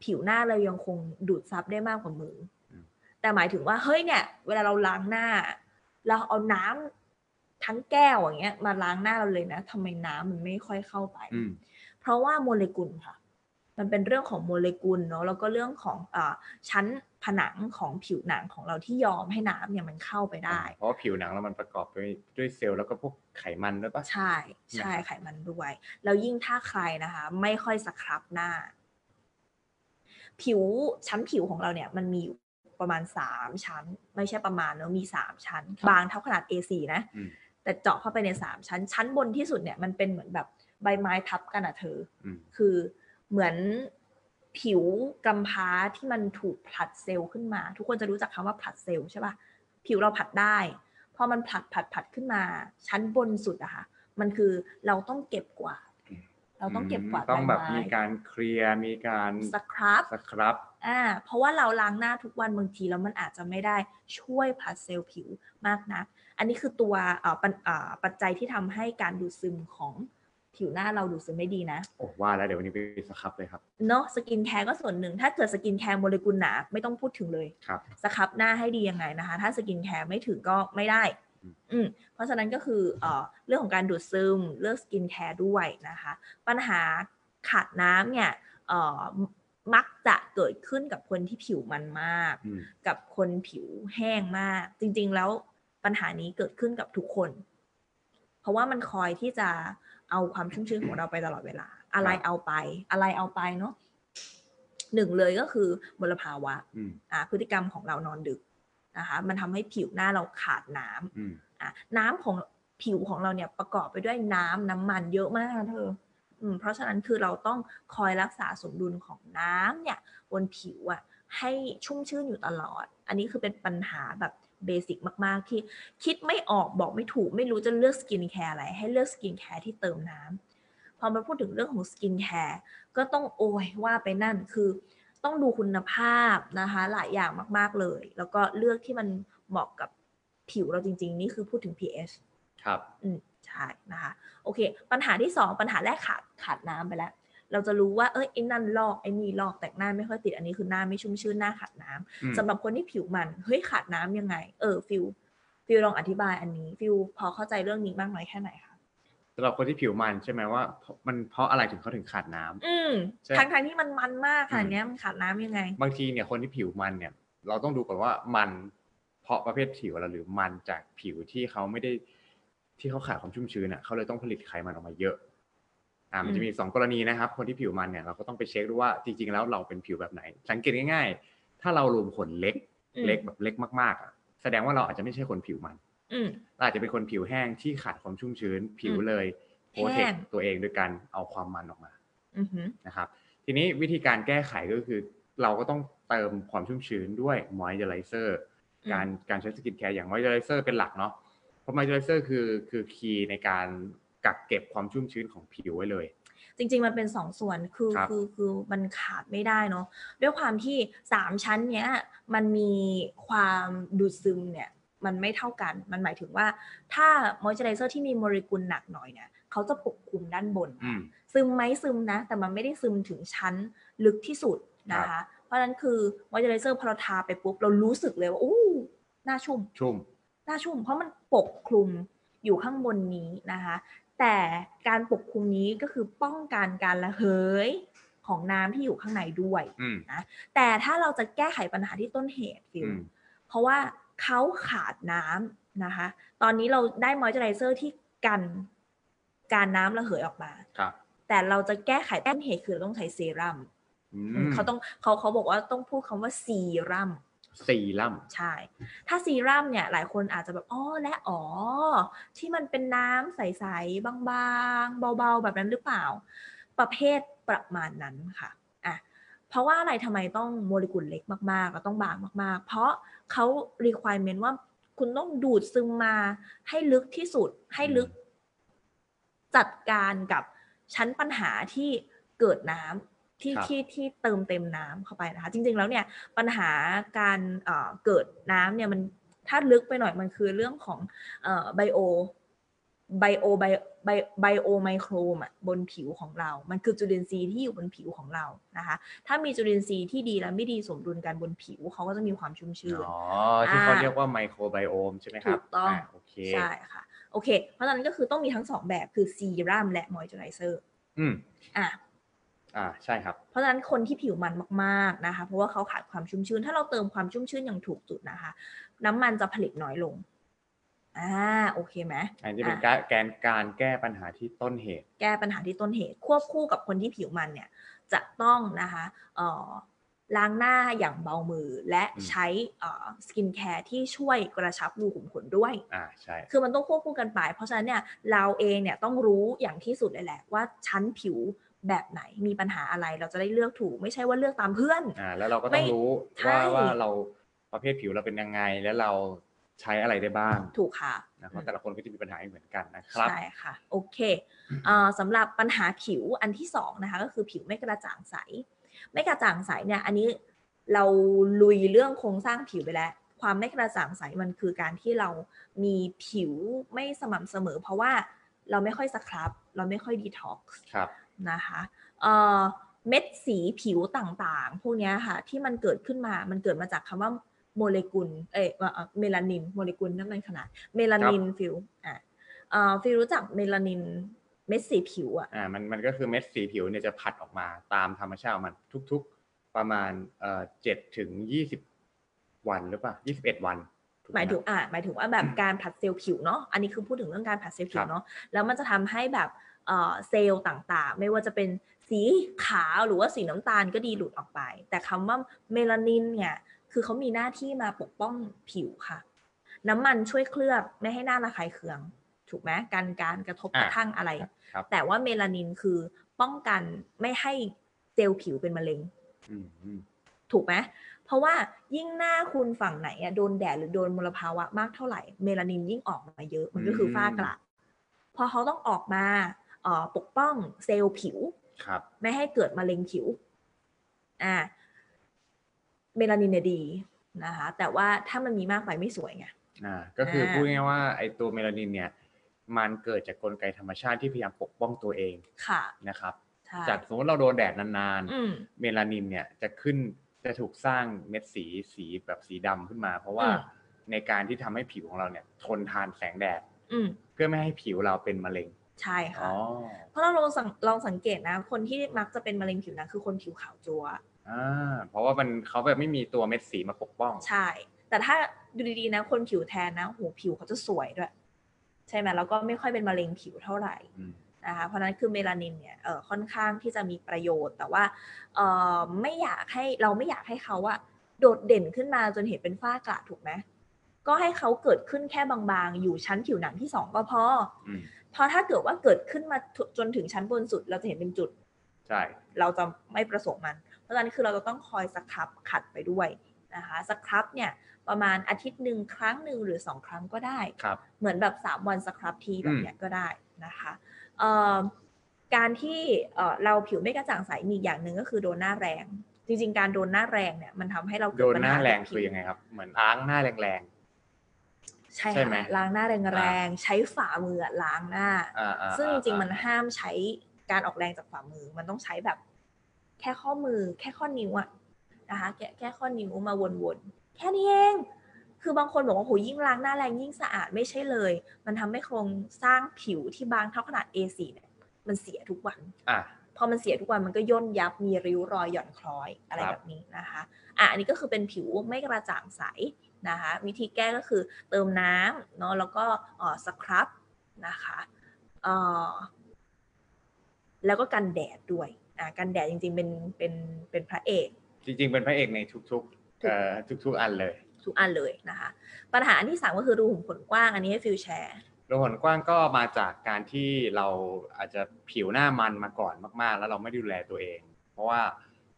ผิวหน้าเรายังคงดูดซับได้มากกว่ามืออ ม แต่หมายถึงว่าเฮ้ยเนี่ย เวลาเราล้างหน้า เราเอาน้ำทั้งแก้วอย่างเงี้ยมาล้างหน้าเราเลยนะทำไมน้ำมันไม่ค่อยเข้าไป อืม เพราะว่าโมเลกุลค่ะ มันเป็นเรื่องของโมเลกุลเนาะแล้วก็เรื่องของอาชั้นผนังของผิวหนังของเราที่ยอมให้น้ำเนี่ยมันเข้าไปได้ เพราะว่าผิวหนังเรามันประกอบไปด้วยเซลล์แล้วก็พวกไขมันด้วยปะ ใช่ใช่ นะครับ ไขมันด้วย แล้วยิ่งถ้าใครนะคะ ไม่ค่อยสครับหน้า ผิวชั้นผิวของเราเนี่ย มันมีอยู่ ประมาณ 3 ชั้น ไม่ใช่ประมาณแล้วมี 3 ชั้น ครับ บางเท่าขนาด A4 นะ อืม แต่เจาะเข้าไปใน 3 ชั้น ชั้นบนที่สุดเนี่ยมันเป็นเหมือนแบบใบไม้ทับกันอะเธอ อืม คือเหมือนผิวกำพร้าที่มันถูกผลัดเซลล์ขึ้นมา ทุกคนจะรู้จักคำว่าผลัดเซลล์ใช่ปะผิวเราผลัดได้พอมันผลัดผลัดผลัดขึ้นมา ชั้นบนสุดอะค่ะ มันคือเราต้องเก็บกวาด อืม เราต้องเก็บกวาด ต้องแบบ ใไม้ มีการเคลียร์มีการ สครับ สครับ อ่าเพราะว่าเราล้างหน้าทุกวันบางทีแล้วมันอาจจะไม่ได้ช่วยผลัดเซลล์ผิวมากนัก อันนี้คือตัวเอ่อปัญเอ่อปัจจัยที่ทำให้การดูดซึมของผิวหน้าเราดูดซึมไม่ดีนะ โอ้ว่าแล้วเดี๋ยววันนี้ไปสครับเลยครับ เนาะสกินแคร์ก็ส่วนหนึ่ง ถ้าเกิดสกินแคร์โมเลกุลหนาไม่ต้องพูดถึงเลย ครับ สครับหน้าให้ดียังไงนะคะ ถ้าสกินแคร์ไม่ถึงก็ไม่ได้ อืม อืมเพราะฉะนั้นก็คือเอ่อเรื่องของการดูดซึมเลือกสกินแคร์ด้วยนะคะ ปัญหาขาดน้ำเนี่ยเอ่อมักจะเกิดขึ้นกับคนที่ผิวมันมาก อืม กับคนผิวแห้งมาก จริง ๆ แล้วปัญหานี้เกิดขึ้นกับทุกคน เพราะว่ามันคอยที่จะเอาความชุ่มชื้นของเราไปตลอดเวลา อะไร ครับ เอาไป อะไรเอาไปเนาะหนึ่งเลยก็คือมลภาวะ อืม อ่ะพฤติกรรมของเรานอนดึกนะคะ มันทำให้ผิวหน้าเราขาดน้ำ อืม อ่ะน้ำของผิวของเราเนี่ยประกอบไปด้วยน้ำน้ำมันเยอะมากนะเธอ อืมเพราะฉะนั้นคือเราต้องคอยรักษาสมดุลของน้ำเนี่ย บนผิวอะให้ชุ่มชื่นอยู่ตลอด อันนี้คือเป็นปัญหาแบบเบสิกมากๆ ที่คิดไม่ออกบอกไม่ถูก ไม่รู้จะเลือกสกินแคร์อะไร ให้เลือกสกินแคร์ที่เติมน้ำพอมาพูดถึงเรื่องของสกินแคร์ก็ต้องโอยว่าไปนั่นคือต้องดูคุณภาพนะคะ หลายอย่างมากๆเลย แล้วก็เลือกที่มันเหมาะกับผิวเราจริง ๆ นี่คือพูดถึง pH ครับ อืมใช่นะคะ โอเค ปัญหาที่สองปัญหาแรกขาดขาดน้ำไปแล้ว เราจะรู้ว่าเอ้ยไอ้นั่นลอกไอ้นี่ลอกแต่งหน้าไม่ค่อยติดอันนี้คือหน้าไม่ชุ่มชื่นหน้าขาดน้ำ อืม สำหรับคนที่ผิวมันเฮ้ยขาดน้ำยังไง เออฟิลฟิลลองอธิบายอันนี้ฟิลพอเข้าใจเรื่องนี้มากน้อยแค่ไหนคะ สำหรับคนที่ผิวมันใช่ไหมว่า มันเพราะอะไรถึงเขาถึงขาดน้ำ อืม ใช่ ทางทางที่มันมันมากขนา อื ด ม เนี้ยมันขาดน้ำยังไง บางทีเนี่ยคนที่ผิวมันเนี่ย เราต้องดูก่อนว่ามันเพราะประเภทผิวเราหรือมันจากผิวที่เขาไม่ได้ที่เขาขาดความชุ่มชื้นอ่ะเขาเลยต้องผลิตไขมันออกมาเยอะ อ่ามันจะมีสองกรณีนะครับ คนที่ผิวมันเนี่ยเราก็ต้องไปเช็คดูว่าจริง ๆ แล้วเราเป็นผิวแบบไหน สังเกตง่าย ๆ ถ้าเรารูมขนเล็ก อืม เล็กแบบเล็กมากๆอะแสดงว่าเราอาจจะไม่ใช่คนผิวมัน อืม เราอาจจะเป็นคนผิวแห้งที่ขาดความชุ่มชื้น ผิว อืม เลยโปรเท แห้ ค ง ตัวเองโดยการเอาความมันออกมา อือหือ นะครับทีนี้วิธีการแก้ไขก็คือเราก็ต้องเติมความชุ่มชื้นด้วย moisturizer อืม การการใช้สกินแคร์อย่าง moisturizer เป็นหลักเนาะเพราะ moisturizer คือคือคีย์ในการกักเก็บความชุ่มชื้นของผิวไว้เลย จริงๆ มันเป็นสองส่วน คือ ครับ คือคือมันขาดไม่ได้เนาะ ด้วยความที่สามชั้นเนี้ยมันมีความดูดซึมเนี่ยมันไม่เท่ากัน มันหมายถึงว่าถ้ามอยเจอไรเซอร์ที่มีโมเลกุลหนักหน่อยเนี่ยเขาจะปกคลุมด้านบน อืม ซึมไหมซึมนะ แต่มันไม่ได้ซึมถึงชั้นลึกที่สุดนะ ครั คะ บ เพราะฉะนั้นคือมอยเจอไรเซอร์พอเราทาไปปุ๊บเรารู้สึกเลยว่าอู้หน้าชุ่ม ชุ่ม หน้าชุ่มเพราะมันปกคลุมอยู่ข้างบนนี้นะคะ แต่การปกคลุมนี้ก็คือป้องกันการระเหยของน้ำที่อยู่ข้างในด้วย อืม แต่ถ้าเราจะแก้ไขปัญหาที่ต้นเหตุฟิล อืม เพราะว่าเขาขาดน้ำนะคะ ตอนนี้เราได้มอยเจอไรเซอร์ที่กันการน้ำระเหยออกมา ครับ แต่เราจะแก้ไขต้นเหตุคือเราต้องใช้เซรั่ม อื อืม ม เขาต้องเขาเขาบอกว่าต้องพูดคำว่าซีรั่ม ซีรั่ม ใช่ ถ้าซีรั่มเนี่ยหลายคนอาจจะแบบอ๋อและอ๋อ ที่มันเป็นน้ำใส ๆ บางๆ เบาๆ แบบนั้นหรือเปล่า ประเภทประมาณนั้นค่ะอ่ะ เพราะว่าอะไรทำไมต้องโมเลกุลเล็กมากๆก็ต้องบางมาก ๆ เพราะเขา requirement ว่าคุณต้องดูดซึมมาให้ลึกที่สุดให้ลึก จัดการกับชั้นปัญหาที่เกิดน้ำที่ ครับ ที่ที่เติมเต็มน้ำเข้าไปนะคะ จริง ๆ แล้วเนี่ย ปัญหาการเอ่อเกิดน้ำเนี่ยมันถ้าลึกไปหน่อยมันคือเรื่องของไบโอไบโอไบไบโอไมโครมอะบนผิวของเรา มันคือจุลินทรีย์ที่อยู่บนผิวของเรานะคะ ถ้ามีจุลินทรีย์ที่ดีและไม่ดีสมดุลกันบนผิวเขาก็จะมีความชุ่มชื้น อ๋อที่เขา อ่า เรียกว่าไมโครไบโอมใช่ไหมครับ ถูกต้อง าโอเค ใช่ค่ะ โอเค เพราะฉะนั้นก็คือต้องมีทั้งสองแบบคือซีรั่มและมอยเจอไรเซอร์ อืม อ่ะ อ่าใช่ครับ เพราะฉะนั้นคนที่ผิวมันมากๆนะคะ เพราะว่าเขาขาดความชุ่มชื้น ถ้าเราเติมความชุ่มชื้นอย่างถูกจุดนะคะ น้ำมันจะผลิตน้อยลง อ่า โอเคไหม อันนี้เป็น อ่ะ การแกนการแก้ปัญหาที่ต้นเหตุ แก้ปัญหาที่ต้นเหตุ ควบคู่กับคนที่ผิวมันเนี่ย จะต้องนะคะ เอ่อ ล้างหน้าอย่างเบามือและ อืม ใช้สกินแคร์ที่ช่วยกระชับรูขุมขนด้วย อ่าใช่ คือมันต้องควบคู่กันไป เพราะฉะนั้นเนี่ยเราเองเนี่ยต้องรู้อย่างที่สุดเลยแหละว่าชั้นผิวแบบไหนมีปัญหาอะไรเราจะได้เลือกถูก ไม่ใช่ว่าเลือกตามเพื่อน อ่าแล้วเราก็ต้อง ไม่ รู้ ใช่ ว่าว่าเราประเภทผิวเราเป็นยังไง แล้วเราใช้อะไรได้บ้าง ถูกค่ะ นะเพราะแต่ละคนก็จะมีปัญหาไม่เหมือนกันนะครับ ใช่ค่ะ โอเคเอ่อสำหรับปัญหาผิวอันที่สองนะคะก็คือผิวไม่กระจ่างใส ไม่กระจ่างใสเนี่ยอันนี้เราลุยเรื่องโครงสร้างผิวไปแล้ว ความไม่กระจ่างใสมันคือการที่เรามีผิวไม่สม่ำเสมอ เพราะว่าเราไม่ค่อยสครับ เราไม่ค่อยดีท็อกซ์ ครับ นะคะเอ่อเม็ดสีผิวต่างๆ พวกเนี้ยค่ะที่มันเกิดขึ้นมา มันเกิดมาจากคำว่าโมเลกุล เอยเอ่อเมลานิน โมเลกุลน้ำมันขนาด เมลานินฟิวอ่ะเอ่อฟิวรู้จักเมลานินเม็ดสีผิวอ่ะ อ่ามันมันก็คือเม็ดสีผิวเนี่ยจะผัดออกมาตามธรรมชาติของมันทุกๆประมาณเอ่อเจ็ดถึงยี่สิบวันหรือเปล่ายี่สิบเอ็ดวันถูก หมาย ไนะ ถึงอ่ะหมายถึงว่าแบบการผัดเซลล์ผิวเนาะ อันนี้คือพูดถึงเรื่องการผัดเซลล์ผิ ครั ว บ เนาะ แล้วมันจะทำให้แบบเอ่อเซลล์ต่างๆ ไม่ว่าจะเป็นสีขาวหรือว่าสีน้ำตาลก็ดีหลุดออกไป แต่คำว่าเมลานินเนี่ย คือเขามีหน้าที่มาปกป้องผิวค่ะ น้ำมันช่วยเคลือบไม่ให้หน้าระคายเคือง ถูกไหมการการกระทบกระทั่งอะไร ครับ แต่ว่าเมลานินคือป้องกันไม่ให้เซลล์ผิวเป็นมะเร็ง อืมอืม ถูกไหม เพราะว่ายิ่งหน้าคุณฝั่งไหนอะโดนแดดหรือโดนมลภาวะมากเท่าไหร่ เมลานินยิ่งออกมาเยอะ มันก็คือฝ้ากระพอเขาต้องออกมาเอ่อปกป้องเซลล์ผิว ครับ ไม่ให้เกิดมะเร็งผิว อ่า เมลานินเนี่ยดีนะคะ แต่ว่าถ้ามันมีมากไปไม่สวยไง อ่าก็คืออา พูดง่ายๆว่าไอตัวเมลานินเนี่ยมันเกิดจากกลไกธรรมชาติที่พยายามปกป้องตัวเอง ค่ะ นะครับ ใช่ จากสมมติเราโดนแดดนาน อืม ๆ เมลานินเนี่ยจะขึ้นจะถูกสร้างเม็ดสีสีแบบสีดำขึ้นมา เพราะว่า อืม ในการที่ทำให้ผิวของเราเนี่ยทนทานแสงแดด อืม เพื่อไม่ให้ผิวเราเป็นมะเร็ง ใช่ค่ะ อ๋อ เพราะเราลองสังลองสังเกตนะ คนที่มักจะเป็นมะเร็งผิวหนะคือคนผิวขาวจัว อ่าเพราะว่ามันเขาแบบไม่มีตัวเม็ดสีมาปกป้อง ใช่ แต่ถ้าดูดีๆนะ คนผิวแทนนะโหผิวเขาจะสวยด้วย ใช่ไหมแล้วก็ไม่ค่อยเป็นมะเร็งผิวเท่าไหร่ อืม นะคะ เพราะฉะนั้นคือเมลานินเนี่ยเอ่อค่อนข้างที่จะมีประโยชน์ แต่ว่าเอ่อไม่อยากให้เราไม่อยากให้เขาอะโดดเด่นขึ้นมาจนเห็นเป็นฝ้ากระถูกไหมก็ให้เขาเกิดขึ้นแค่บางๆ อยู่ชั้นผิวหนังที่สองก็พอ อืม เพราะถ้าเกิดว่าเกิดขึ้นมาจนจนถึงชั้นบนสุด เราจะเห็นเป็นจุด ใช่ เราจะไม่ประสงค์มัน เพราะฉะนั้นคือเราจะต้องคอยสครับขัดไปด้วยนะคะสครับเนี่ยประมาณอาทิตย์หนึ่งครั้งหนึ่งหรือ 2 ครั้งก็ได้ ครับ เหมือนแบบ 3 วันสครับทีแบบเนี้ยก็ได้นะคะเอ่อการที่เอ่อเราผิวไม่กระจ่างใสมีอีกอย่างหนึ่งก็คือโดนหน้าแรง จริงๆ การโดนหน้าแรงเนี่ยมันทำให้เรา โด เกิด น ปัญ หน้า หา แรง กับผิว คือยังไงครับ เหมือนอ้างหน้าแรง ใช่ ใช่ไหม ค่ะล้างหน้าแรงๆใช้ฝ่ามือล้างหน้า ๆอ่าอ่า ซึ่งจริงๆ อ่า มันห้ามใช้การออกแรงจากฝ่ามือ มันต้องใช้แบบแค่ข้อมือ แค่ข้อนิ้วอะนะคะแค่แค่ข้อนิ้วมาวนๆ แค่นี้เอง คือบางคนบอกว่าโหยิ่งล้างหน้าแรงยิ่งสะอาดไม่ใช่เลย มันทำให้โครงสร้างผิวที่บางเท่าขนาด A4 เนี่ยมันเสียทุกวัน อ่า พอมันเสียทุกวันมันก็ย่นยับมีริ้วรอยหย่อนคล้อยอะไร ครับ แบบนี้นะคะอ่ะอันนี้ก็คือเป็นผิวไม่กระจ่างใสนะคะ วิธีแก้ก็คือเติมน้ำเนาะแล้วก็เอ่อสครับนะคะเอ่อแล้วก็กันแดดด้วยอ่ะกันแดดจริงๆเป็นเป็นเป็นพระเอก จริงๆ เป็นพระเอกในทุกๆเอ่อทุกๆอันเลย ทุกอันเลยนะคะ ปัญหาอันที่สามก็คือรูขุมขนกว้างอันนี้ให้ฟิลแชร์ รูขุมขนกว้างก็มาจากการที่เราอาจจะผิวหน้ามันมาก่อนมากๆ แล้วเราไม่ดูแลตัวเอง เพราะว่า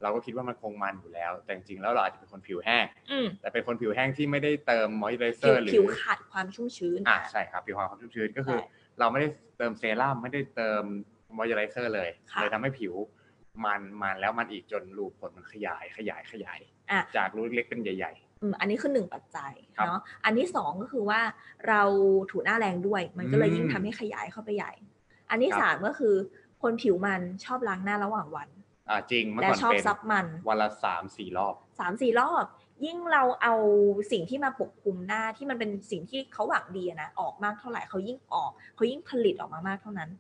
เราก็คิดว่ามันคงมันอยู่แล้ว แต่จริงๆแล้วเราอาจจะเป็นคนผิวแห้ง อืม แต่เป็นคนผิวแห้งที่ไม่ได้เติมมอยส์เจผิวอเซอร์หรื ผิว อ ขาดความชุ่มชื้น อ่ะใช่ครับผิวความชุ่มชื้นก็คือ ใช่ เราไม่ได้เติมเซรั่มไม่ได้เติมมอยส์เจอเซอร์เลย ค่ะ เลยทำให้ผิวมันมันแล้วมันอีกจนรูผลมันขยายขยายขยาย อ่ะ จากรูเล็กๆเป็นใหญ่ อืมอันนี้คือหนึ่งปัจจัย ครับ เนาะ อันที่สองก็คือว่าเราถูหน้าแรงด้วย มันก็เลย อืม ยิ่งทำให้ขยายเข้าไปใหญ่ อันที่ ครับ สามก็คือ คนผิวมันชอบล้างหน้าระหว่างวัน ๆอ่ะจริงเมื่อ และ ก่อน ชอบ เป็น ซับมัน วันละสามสี่รอบ สามสี่รอบ ยิ่งเราเอาสิ่งที่มาปกคลุมหน้าที่มันเป็นสิ่งที่เขาหวังดีอะนะออกมากเท่าไหร่เขายิ่งออกเขายิ่งผลิตออกมามากเท่านั้น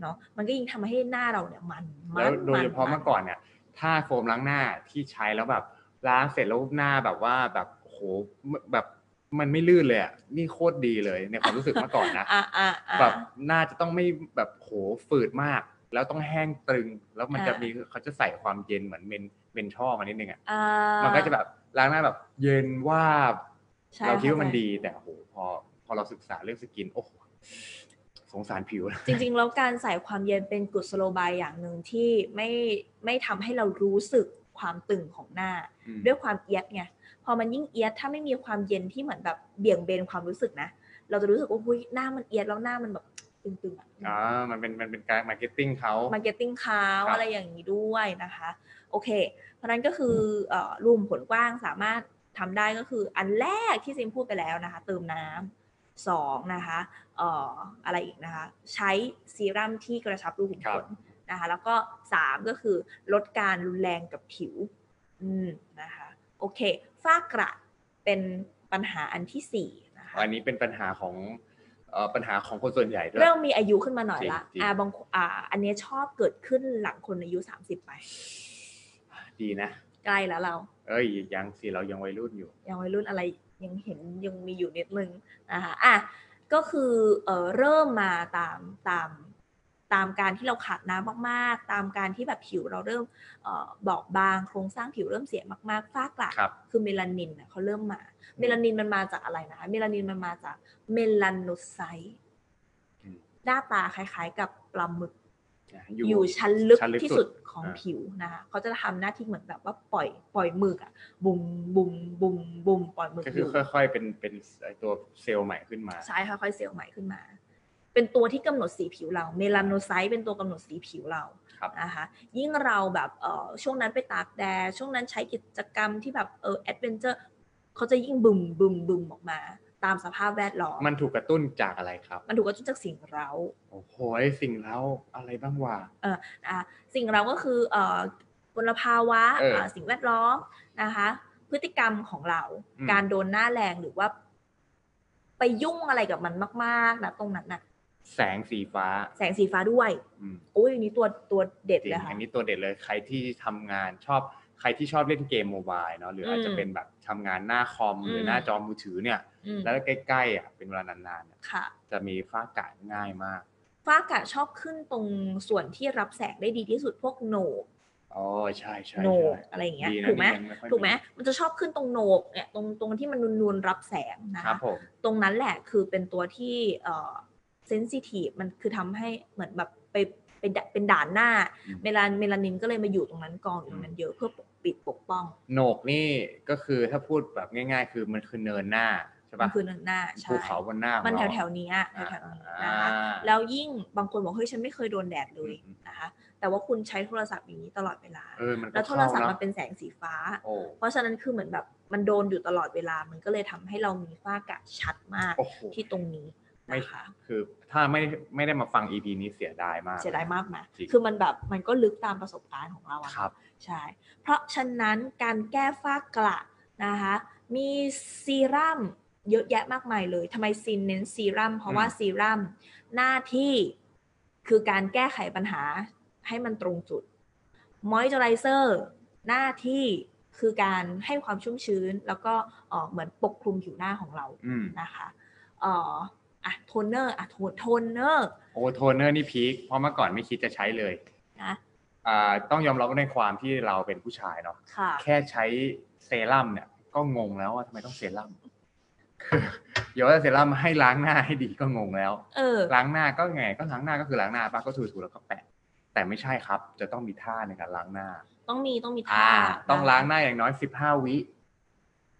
เนาะมันก็ยิ่งทำให้หน้าเราเนี่ยมันมั แล้วโดย น เฉพาะ น เมื่อก่อนเนี่ย ถ้าโฟมล้างหน้าที่ใช้แล้วแบบล้างเสร็จแล้วหน้าแบบว่าแบบโหแบบมันไม่ลื่นเลยอะนี่โคตรดีเลยในความรู้สึกเมื่อก่อนนะ อ่ะอ่ะอ่ะ แบบหน้าจะต้องไม่แบบโหฝืดมาก แล้วต้องแห้งตรึง แล้วมันจะ อ่ามี มีเขาจะใส่ความเย็นเหมือนเมนเมนทอลมานิดนึงอ่ะ อ่า มันก็จะแบบล้างหน้าแบบเย็นว่าบ ใช่ เราคิดว่ามัน เข้ใจ ดีแต่โอ้โหพอพอเราศึกษาเรื่องสกินโอ้โหสงสารผิวนะ จริงๆ แล้วการใส่ความเย็นเป็นกุศโลบายอย่างหนึ่งที่ไม่ไม่ทำให้เรารู้สึกความตึงของหน้า อืม ด้วยความเอียดไงพอมันยิ่งเอียดถ้าไม่มีความเย็นที่เหมือนแบบเบี่ยงเบนความรู้สึกนะ เราจะรู้สึกว่าหุ้ยหน้ามันเอียดแล้วหน้ามันแบบตึงๆอะ อ่ามันเป็นมันเป็นการมาร์เก็ตติ้งเขา มาร์เก็ตติ้งเขา ครับ อะไรอย่างนี้ด้วยนะคะ โอเค เพราะนั้นก็คือเอ่อรูมผลกว้างสามารถทำได้ก็คืออันแรกที่ซิมพูดไปแล้วนะคะ เติมน้ำสองนะคะเอ่ออะไรอีกนะคะ ใช้ซีรั่มที่กระชับรูขุมขนนะคะ แล้วก็สามก็คือลดการรุนแรงกับผิว อืมนะคะ โอเคฝ้ากระเป็นปัญหาอันที่สี่นะคะ อันนี้เป็นปัญหาของเอ่อปัญหาของคนส่วนใหญ่ด้วย เริ่มมีอายุขึ้นมาหน่อยละ จริงๆ อ่าบางคนอ่า อันเนี้ยชอบเกิดขึ้นหลังคนอายุ 30 ไป ดีนะ ใกล้แล้วเรา เอ้ยยังสิเรายังวัยรุ่นอยู่ ยังวัยรุ่นอะไรยังเห็นยังมีอยู่นิดนึงนะคะอ่ะก็คือเออเริ่มมาตามตามตามการที่เราขาดน้ำมากๆ ตามการที่แบบผิวเราเริ่มเอ่อบอบบางโครงสร้างผิวเริ่มเสียมากๆฝ้ากระ ครับ คือเมลานินน่ะเขาเริ่มมา เมลานินมันมาจากอะไรนะ เมลานินมันมาจากเมลานโนไซต์ อืม หน้าตาคล้ายๆกับปลาหมึก นะ อยู่ชั้นลึก ชั้นลึก ที่ สุ สุ ด ดของ อ่า ผิวนะคะเขาจะทำหน้าที่เหมือนแบบว่าปล่อยปล่อยหมึกอะบุมบุมบุมบุมปล่อยหมึก ก็ อ คือยู่ ค่อยๆเป็นเป็นไอ้ตัวเซลล์ใหม่ขึ้นมา ใช่ค่ะค่อยๆเซลล์ใหม่ขึ้นมา เป็นตัวที่กำหนดสีผิวเราเมลานโนไซต์เป็นตัวกำหนดสีผิวเรา ครับ นะคะยิ่งเราแบบเอ่อช่วงนั้นไปตากแดดช่วงนั้นใช้กิจกรรมที่แบบเออแอดเวนเจอร์เขาจะยิ่งบึมบึมบึมออกมา ตามสภาพแวดล้อม มันถูกกระตุ้นจากอะไรครับ มันถูกกระตุ้นจากสิ่งเรา โอ้โหยสิ่งเล้าอะไรบ้างวะ อ่ะสิ่งเราก็คือเอ่อมลภาวะ เอออ่ ะสิ่งแวดล้อมนะคะ พฤติกรรมของเรา อืม การโดนหน้าแรงหรือว่า ไปยุ่งอะไรกับมันมากๆนะตรงนั้นนะ แสงสีฟ้า แสงสีฟ้าด้วย อืม โอ้ยอันนี้ตัวตัวเด็ด จริง เลยค่ะ อันนี้ตัวเด็ดเลยใครที่ทำงานชอบใครที่ชอบเล่นเกมโมบายเนาะหรืออาจจะ อืม เป็นแบบทำงานหน้าคอมหรืออ ม หน้าจอมือถือเนี่ย อืม แล้วใกล้ๆอ่ะเป็นเวลานานๆเนี่ย ค่ะ จะมีฝ้ากระง่ายมาก ฟ้าอากาศชอบขึ้นตรงส่วนที่รับแสงได้ดีที่สุดพวกโหนก อ๋อใช่ใช่ โหน ใช่ กอะไรอย่างเงี้ย ดีนะ ถูกไหม นี่ยังค่อย ถูกไหมมันจะชอบขึ้นตรงโหนกเนี่ยตรงตรงที่มันนูนๆรับแสงนะ ครั คะ บผม ตรงนั้นแหละคือเป็นตัวที่เซนซิทีฟมันคือทำให้เหมือนแบบไปไปดะเป็นด่านหน้าเมลานเมลานินก็เลยมาอยู่ตรงนั้นกองอยู่ตรงนั้นเยอะเพื่อปกปิดปกป้อง โหนกนี่ก็คือถ้าพูดแบบง่าย ๆ คือมันคือเนินหน้าใช่ มั ปะ นคือเนินหน้าใช่ ภูเขาบนหน้าของ มันแถ เรา วแถวๆเนี้ยแถแถอ่าววๆนี้นะคะแล้วยิ่งบางคนบอกเฮ้ยฉันไม่เคยโดนแดดเลยนะคะแต่ว่าคุณใช้โทรศัพท์อย่างนี้ตลอดเวลา เออมันก็ แล้วโทรศัพท์ ข้า มันเป็นแสงสีฟ้า โอ้ เพราะฉะนั้นคือเหมือนแบบมันโดนอยู่ตลอดเวลามันก็เลยทำให้เรามีฝ้ากระชัดมาก โอ้โห ที่ตรงนี้นะคะ คือถ้าไม่ไม่ได้มาฟัง EP นี้เสียดายมาก เสียดายมากนะ จริง คือมันแบบมันก็ลึกตามประสบการณ์ของเราอะ ครับ ใช่ เพราะฉะนั้นการแก้ฝ้ากระนะคะ มีซีรั่มเยอะแยะมากมายเลยทำไมซินเน้นซีรั่มเพราะว่า อืม ซีรั่มหน้าที่คือการแก้ไขปัญหาให้มันตรงจุดมอยส์เจอไรเซอร์หน้าที่คือการให้ความชุ่มชื้น แล้วก็เอ่อเหมือนปกคลุมผิวหน้าของเรา อืม นะคะเอ่ออ่ะโทนเนอร์อ่ะโทนโทนเนอร์ โอ้โทนเนอร์นี่พีคเพราะเมื่อก่อนไม่คิดจะใช้เลย นะ อ่าต้องยอมรับว่าในความที่เราเป็นผู้ชายเนาะ ค่ะ แค่ใช้เซรั่มเนี่ย ก็งงแล้วว่าทำไมต้องเซรั่ม <laughs> คือเดี๋ยวว่าเซรั่มให้ล้างหน้าให้ดีก็งงแล้ว เออ ล้างหน้าก็ไงก็ล้างหน้าก็คือล้างหน้าป้าก็ถูๆแล้วก็แปะ แต่ไม่ใช่ครับ จะต้องมีท่าในการล้างหน้า ต้องมีต้องมีท่า อ่า ต้องล้าง นะ หน้าอย่างน้อยสิบห้าวิ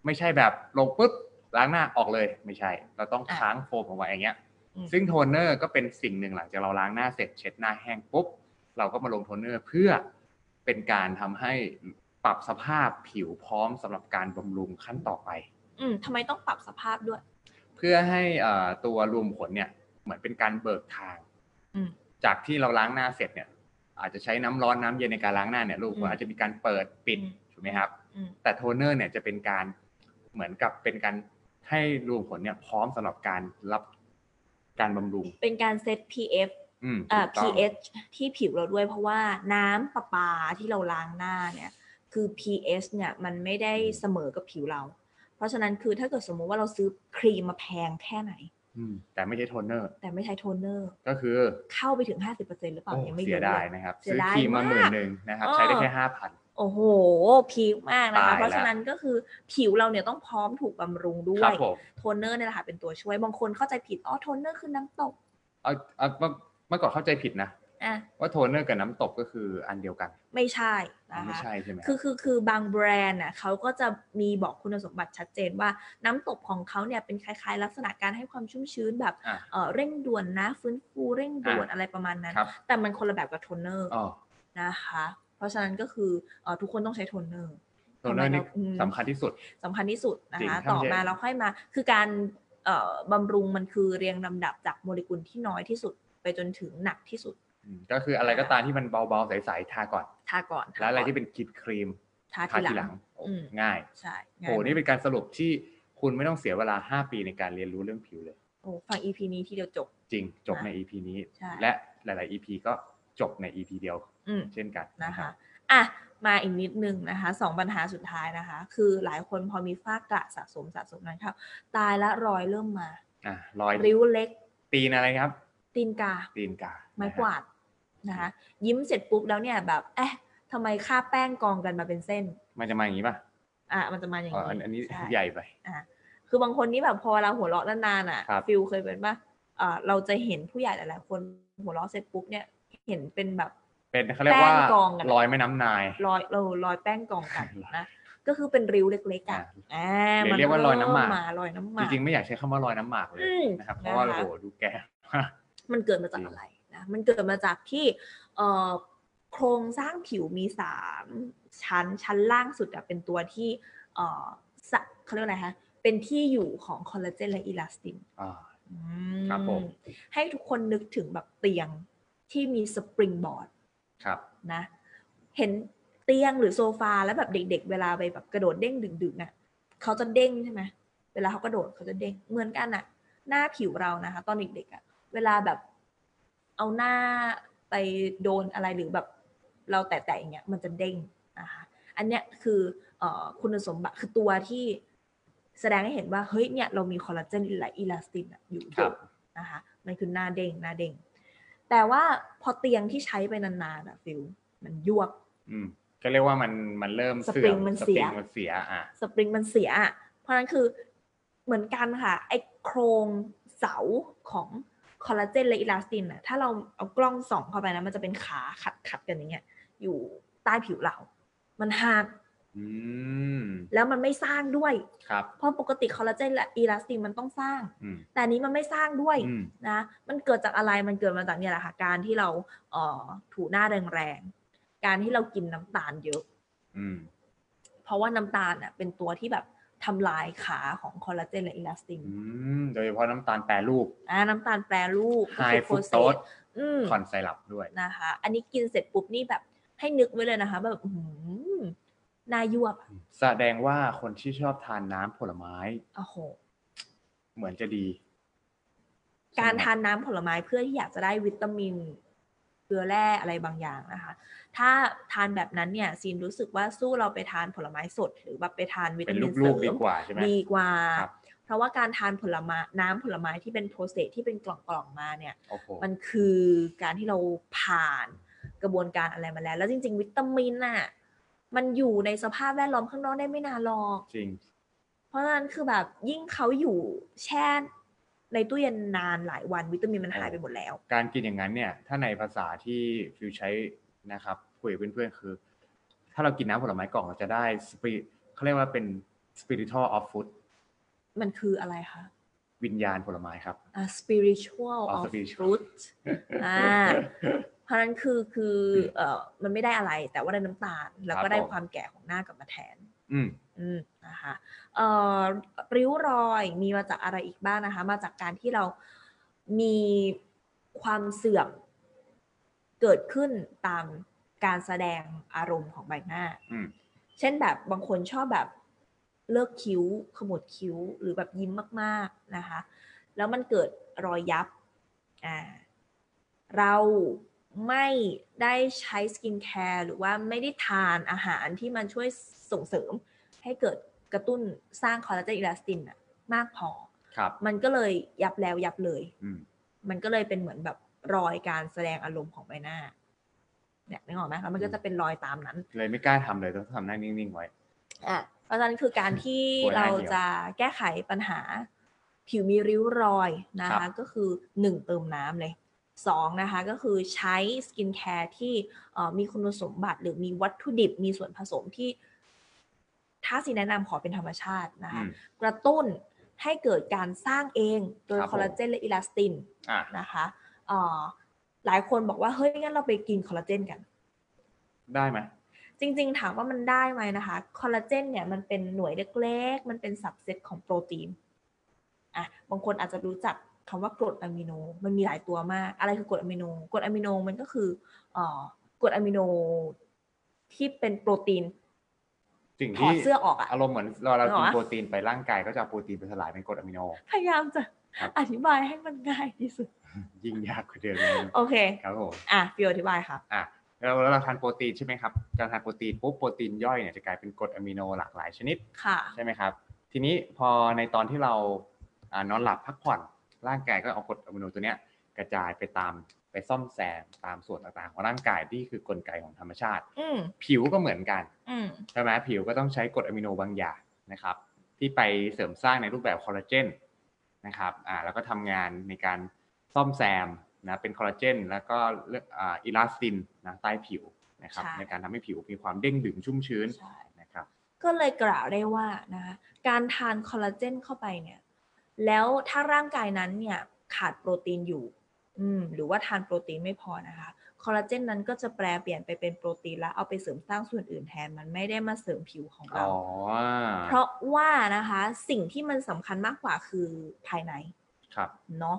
ไม่ใช่แบบลงปุ๊บล้างหน้าออกเลยไม่ใช่ เราต้องค้างโฟมเอาไว้อย่างเงี้ย อืม ซึ่งโทนเนอร์ก็เป็นสิ่งหนึ่งหลังจากเราล้างหน้าเสร็จเช็ดหน้าแห้งปุ๊บ เราก็มาลงโทนเนอร์เพื่อเป็นการทำให้ปรับสภาพผิวพร้อมสำหรับการบำรุงขั้นต่อไป อืมทำไมต้องปรับสภาพด้วย เพื่อให้เอ่อตัวรวมผลเนี่ยเหมือนเป็นการเบิกทาง อืม จากที่เราล้างหน้าเสร็จเนี่ย อาจจะใช้น้ำร้อนน้ำเย็นในการล้างหน้าเนี่ยลูก อืม อาจจะมีการเปิดปิด อืม ถูกไหมครับ อืม แต่โทนเนอร์เนี่ยจะเป็นการเหมือนกับเป็นการให้รวมผลเนี่ยพร้อมสำหรับการรับการบำรุง เป็นการเซต PF อืม เอ่อ ถูกต้อง pH ที่ผิวเราด้วยเพราะว่าน้ำประปาที่เราล้างหน้าเนี่ยคือ pH เนี่ยมันไม่ได้เสมอกับผิวเรา เพราะฉะนั้นคือถ้าเกิดสมมุติว่าเราซื้อครีมมาแพงแค่ไหน อืมแต่ไม่ใช่โทนเนอร์ แต่ไม่ใช้โทนเนอร์ ก็คือ เข้าไปถึง 50%หรือเปล่า โอ้ ยังไม่รู้ เสีย เล ดายนะครับ เสีย ซื้อ ดาย ครีมมาหมื่น มาก หนึ่งนะครับ เออ ใช้ได้แค่ห้าพัน โอ้โห พีคมากนะ ตายคะเพแล้วราะฉะนั้นก็คือผิวเราเนี่ยต้องพร้อมถูกบำรุงด้ว ครั ย บผม โทนเนอร์เนี่ยแหละค่ะเป็นตัวช่วย บางคนเข้าใจผิด อ๋อ โทนเนอร์คือน้ำตก เอาเอาเมื่อเมื่อก่อนเข้าใจผิดนะ อ่ะ ว่าโทนเนอร์กับน้ำตบก็คืออันเดียวกัน ไม่ใช่นะ ไม่ คะ ใช่ใช่ไหมรับ คือคือคือบางแบรนด์น่ะเขาก็จะมีบอกคุณสมบัติชัดเจนว่าน้ำตบของเขาเนี่ยเป็นคล้ายๆ ลักษณะการให้ความชุ่มชื้นแบบ อ่ะ เอ่อเร่งด่วนนะ ฟื้นฟูเร่งด่วนอะไรประมาณนั้น ครับ แต่มันคนละแบบกับโทนเนอร์ อ๋อ นะคะ เพราะฉะนั้นก็คือเอ่อทุกคนต้องใช้โทนเนอร์ โทนเนอร์นี่ ทำไมเราอืม สำคัญที่สุด สำคัญที่สุดนะ จริง คะ ถ้าไม่ ต่อมา ใช่ เราค่อยมาคือการเอ่อบำรุงมันคือเรียงลำดับจากโมเลกุลที่น้อยที่สุด ไปจนถึงหนักที่สุด อืมก็คืออะไรก็ตามที่มันเบาๆ ใสๆทาก่อน ทาก่อน แล้วอะไร ก่น ที่เป็นครีมครีม ทา ทา ที ที ห ห ลั ลั ง ง อืม ง่าย ใช่ โหนี่เป็นการสรุปที่คุณไม่ต้องเสียเวลา 5 ปีในการเรียนรู้เรื่องผิวเลย โอ้ฟัง EP นี้ทีเดียวจบ จริงจบ นะ ใน EP นี้ ใช่ และหลาย ๆ EP ก็จบใน EP เดียว อืม เช่นกัน นะ รั คะ บ อ่ะมาอีกนิดนึงนะคะสองปัญหาสุดท้ายนะคะ คือหลายคนพอมีฝ้ากระสะสมสะสมนั้นครับตายละรอยเริ่มมา อ่ะรอย ริ้วเล็ก ตีนอะไรครับ ตีนกา ตีนกา ไม้ นะฮะ กวาดนะคะ ยิ้มเสร็จปุ๊บแล้วเนี่ยแบบเอ๊ะทำไมค่าบแป้งกองกันมาเป็นเส้น มันจะมาอย่างนี้ป่ะ อ่ะมันจะมาอย่าง อ๋ออันอันนี้ ใช่ ใหญ่ไป อ่ะคือบางคนนี่แบบพอเวลาหัวเราะนานๆอ่ะ ครับ ฟิลเคยเป็นป่ะเอ่อเราจะเห็นผู้ใหญ่หลายๆคนหัวเราะเสร็จปุ๊บเนี่ยเห็นเป็นแบบ เป็นเขาเรียกว่า แป้งกองกัน รอยแม่น้ำนาย รอยเรารอยแป้งกองกัน <laughs> นะ ก็คือเป็นริ้วเล็กๆอ่ะอ่า หรือ มัน เรียกว่ารอยน้ำหมาก เรอยน้ำหมา จ ก ริงๆไม่อยากใช้คำว่ารอยน้ำหมากเลย อืม นะครับ นะคะ เพราะว่าโอ้โหดูแก่มาก มันเกิดมาจาก จริง อะไรนะมันเกิดมาจากที่เอ่อโครงสร้างผิวมีสามชั้นชั้นล่างสุดอะเป็นตัวที่เอ่อสะเขาเรียกว่าอะไรคะเป็นที่อยู่ของคอลลาเจนและอิลาสติน อ่า อื ครับผม ให้ทุกคนนึกถึงแบบเตียงที่มีสปริงบอร์ด ครับ นะเห็นเตียงหรือโซฟาแล้วแบบเด็ก ๆ เวลาไปแบบกระโดดเด้งดึงๆอ่ะเขาจะเด้งใช่ไหมเวลาเขากระโดดเขาจะเด้งเหมือนกันอ่ะ หน้าผิวเรานะคะ ตอนเด็กๆอ่ะเวลาแบบเอาหน้าไปโดนอะไรหรือแบบเราแตะๆอย่างเงี้ยมันจะเด้งนะคะอันเนี้ยคือเอ่อคุณสมบัติคือตัวที่แสดงให้เห็นว่าเฮ้ยเนี่ยเรามีคอลลาเจนและอิลาสตินอะอยู่เย ครั อะ บ นะคะมันคือหน้าเด้งหน้าเด้งแต่ว่าพอเตียงที่ใช้ไปนานๆอะฟิลมันยวก อืมก็เรียกว่ามันมันเริ่ม ส เสื่ ปริ อม งมัน ส เสี ปริ ย งมันเสียอ่ะ สปริงมันเสียอะเพราะฉะนั้นคือเหมือนกันค่ะ ไอ้โครงเสาของคอลลาเจนและอิลาสตินอะถ้าเราเอากล้องส่องเข้าไปนะ มันจะเป็นขาขัดขัดๆกันอย่างเงี้ยอยู่ใต้ผิวเรา มันหัก อืม แล้วมันไม่สร้างด้วย ครับ เพราะปกติคอลลาเจนและอิลาสตินมันต้องสร้าง อืม แต่อันนี้มันไม่สร้างด้วย อืม นะมันเกิดจากอะไรมันเกิดมาจากเนี่ยแหละค่ะการที่เราเอ่อถูหน้าแรงๆการที่เรากินน้ำตาลเยอะ อืม เพราะว่าน้ำตาลน่ะเป็นตัวที่แบบทำลายขาของคอลลาเจนและอิลาสติน อืมโดยเฉพาะน้ำตาลแปรรูป อ่าน้ำตาลแปรรูป ไฮ ก็คือ ฟุต โฟ โตส อืม คอนไซรัปด้วย นะคะ อันนี้กินเสร็จปุ๊บนี่แบบให้นึกไว้เลยนะคะ แบบอื้อหือหนายวบอะ แสดงว่าคนที่ชอบทานน้ำผลไม้ โอ้โห เหมือนจะดี การ ใช่ไหม ทานน้ำผลไม้เพื่อที่อยากจะได้วิตามินเกลือแร่อะไรบางอย่างนะคะ ถ้าทานแบบนั้นเนี่ยซีนรู้สึกว่าสู้เราไปทานผลไม้สด หรือแบบไปทานวิ เป็ ตาน มินเส ลู ริมกๆดีกว่าใช่ไหม ดีกว่า ครับ เพราะว่าการทานผลไม้น้ำผลไม้ที่เป็นโปรเซสที่เป็นกล่องๆมาเนี่ย โอ้โห มันคือการที่เราผ่านกระบวนการอะไรมาแล้ว แล้วจริง ๆ วิตามินน่ะมันอยู่ในสภาพแวดล้อมข้างนอกได้ไม่นานหรอก จริง เพราะฉะนั้นคือแบบยิ่งเขาอยู่แช่ในตู้เย็นนานหลายวันวิตามินมันหายไปหมดแล้ว การกินอย่างนั้นเนี่ย ถ้าในภาษาที่ฟิวใช้นะครับคุยกับเพื่อนๆคือ ถ้าเรากินน้ำผลไม้กล่องเราจะได้สปิเขาเรียกว่าเป็น spiritual of food มันคืออะไรคะ วิญญาณผลไม้ครับ อ่า spiritual อ๋อ of spiritual fruit อ่าเพราะฉะนั้นคือคือเอ่อมันไม่ได้อะไรแต่ว่าได้น้ำตาล แล้วก็ได้ ครับผม ความแก่ของหน้ากลับมาแทน อืม อืมนะคะเอ่อริ้วรอยมีมาจากอะไรอีกบ้างนะคะ มาจากการที่เรามีความเสื่อมเกิดขึ้นตามการแสดงอารมณ์ของใบหน้า อืม เช่นแบบบางคนชอบแบบเลิกคิ้วขมวดคิ้วหรือแบบยิ้มมากๆนะคะ แล้วมันเกิดรอยยับอ่าเราไม่ได้ใช้สกินแคร์หรือว่าไม่ได้ทานอาหารที่มันช่วยส่งเสริมให้เกิดกระตุ้นสร้างคอลลาเจนอิลาสตินอะมากพอ ค ครับ มันก็เลยยับแล้วยับเลย อืม มันก็เลยเป็นเหมือนแบบรอยการแสดงอารมณ์ของใบหน้า เนี่ยนึกออกไหมแล้วมันก็จะเป็นรอยตามนั้น เลยไม่กล้าทำเลยต้องทำหน้านิ่งๆไว้ อ่ะเพราะฉะนั้นคือการที่ กลัวหน้า เรา เหี่ยว จะแก้ไขปัญหา ผิวมีริ้วรอยนะ ครั คะ บ ก็คือ 1 เติมน้ำเลยสองนะคะก็คือใช้สกินแคร์ที่เอ่อมีคุณสมบัติหรือมีวัตถุดิบมีส่วนผสมที่ ถ้าสิแนะนำขอเป็นธรรมชาตินะ อื คะ ม กระตุ้นให้เกิดการสร้างเองโดย ครับผม คอลลาเจนและอิลาสติน อ่ะ นะคะเอ่อหลายคนบอกว่า เฮ้ย งั้นเราไปกินคอลลาเจนกัน ได้ไหม จริงๆ ถามว่ามันได้ไหมนะคะ คอลลาเจนเนี่ยมันเป็นหน่วยเล็กๆ มันเป็นสับเซตของโปรตีน อ่ะ บางคนอาจจะรู้จักคำว่ากรดอะมิโน มันมีหลายตัวมาก อะไรคือกรดอะมิโน กรดอะมิโนมันก็คือเอ่อกรดอะมิโนที่เป็นโปรตีน สิ่ง ถอ ที่ ดเสื้อออกอะ อารมณ์เหมือนเราเรากิน เหรอ โปรตีนไปร่างกายก็จะเอาโปรตีนไปสลายเป็นกรดอะมิโน พยายามจะ ครับ อธิบายให้มันง่ายที่สุด ยิ่งยากกว่าเดิมเลย โอเค ครับผม อ่ะฟิวอธิบายค่ะ อ่ะแล้วแล้วเราทานโปรตีนใช่ไหมครับ การทานโปรตีนปุ๊บโปรตีนย่อยเนี่ยจะกลายเป็นกรดอะมิโนหลากหลายชนิด ค่ะ ใช่ไหมครับ ทีนี้พอในตอนที่เราอ่านอนหลับพักผ่อนร่างกายก็เอากรดอะมิโนตัวเนี้ยกระจายไปตามไปซ่อมแซมตามส่วนต่างๆ ของร่างกายที่คือกลไกของธรรมชาติ อืม ผิวก็เหมือนกัน อืม ใช่ไหมผิวก็ต้องใช้กรดอะมิโนบางอย่างนะครับ ที่ไปเสริมสร้างในรูปแบบคอลลาเจนนะครับอ่าแล้วก็ทำงานในการซ่อมแซมนะเป็นคอลลาเจนแล้วก็เลือกอ่าอิลาสตินนะใต้ผิวนะครับในการทำให้ผิวมีความเด้งดึงชุ่มชื้น ใช่ นะครับ ก็เลยกล่าวได้ว่านะคะการทานคอลลาเจนเข้าไปเนี่ย แล้วถ้าร่างกายนั้นเนี่ยขาดโปรตีนอยู่ อืมหรือว่าทานโปรตีนไม่พอนะคะ คอลลาเจนนั้นก็จะแปลเปลี่ยนไปเป็นโปรตีนแล้วเอาไปเสริมสร้างส่วนอื่นแทน มันไม่ได้มาเสริมผิวของ อ๋ เรา อ เพราะว่านะคะสิ่งที่มันสำคัญมากกว่าคือภายใน ครับ เนาะ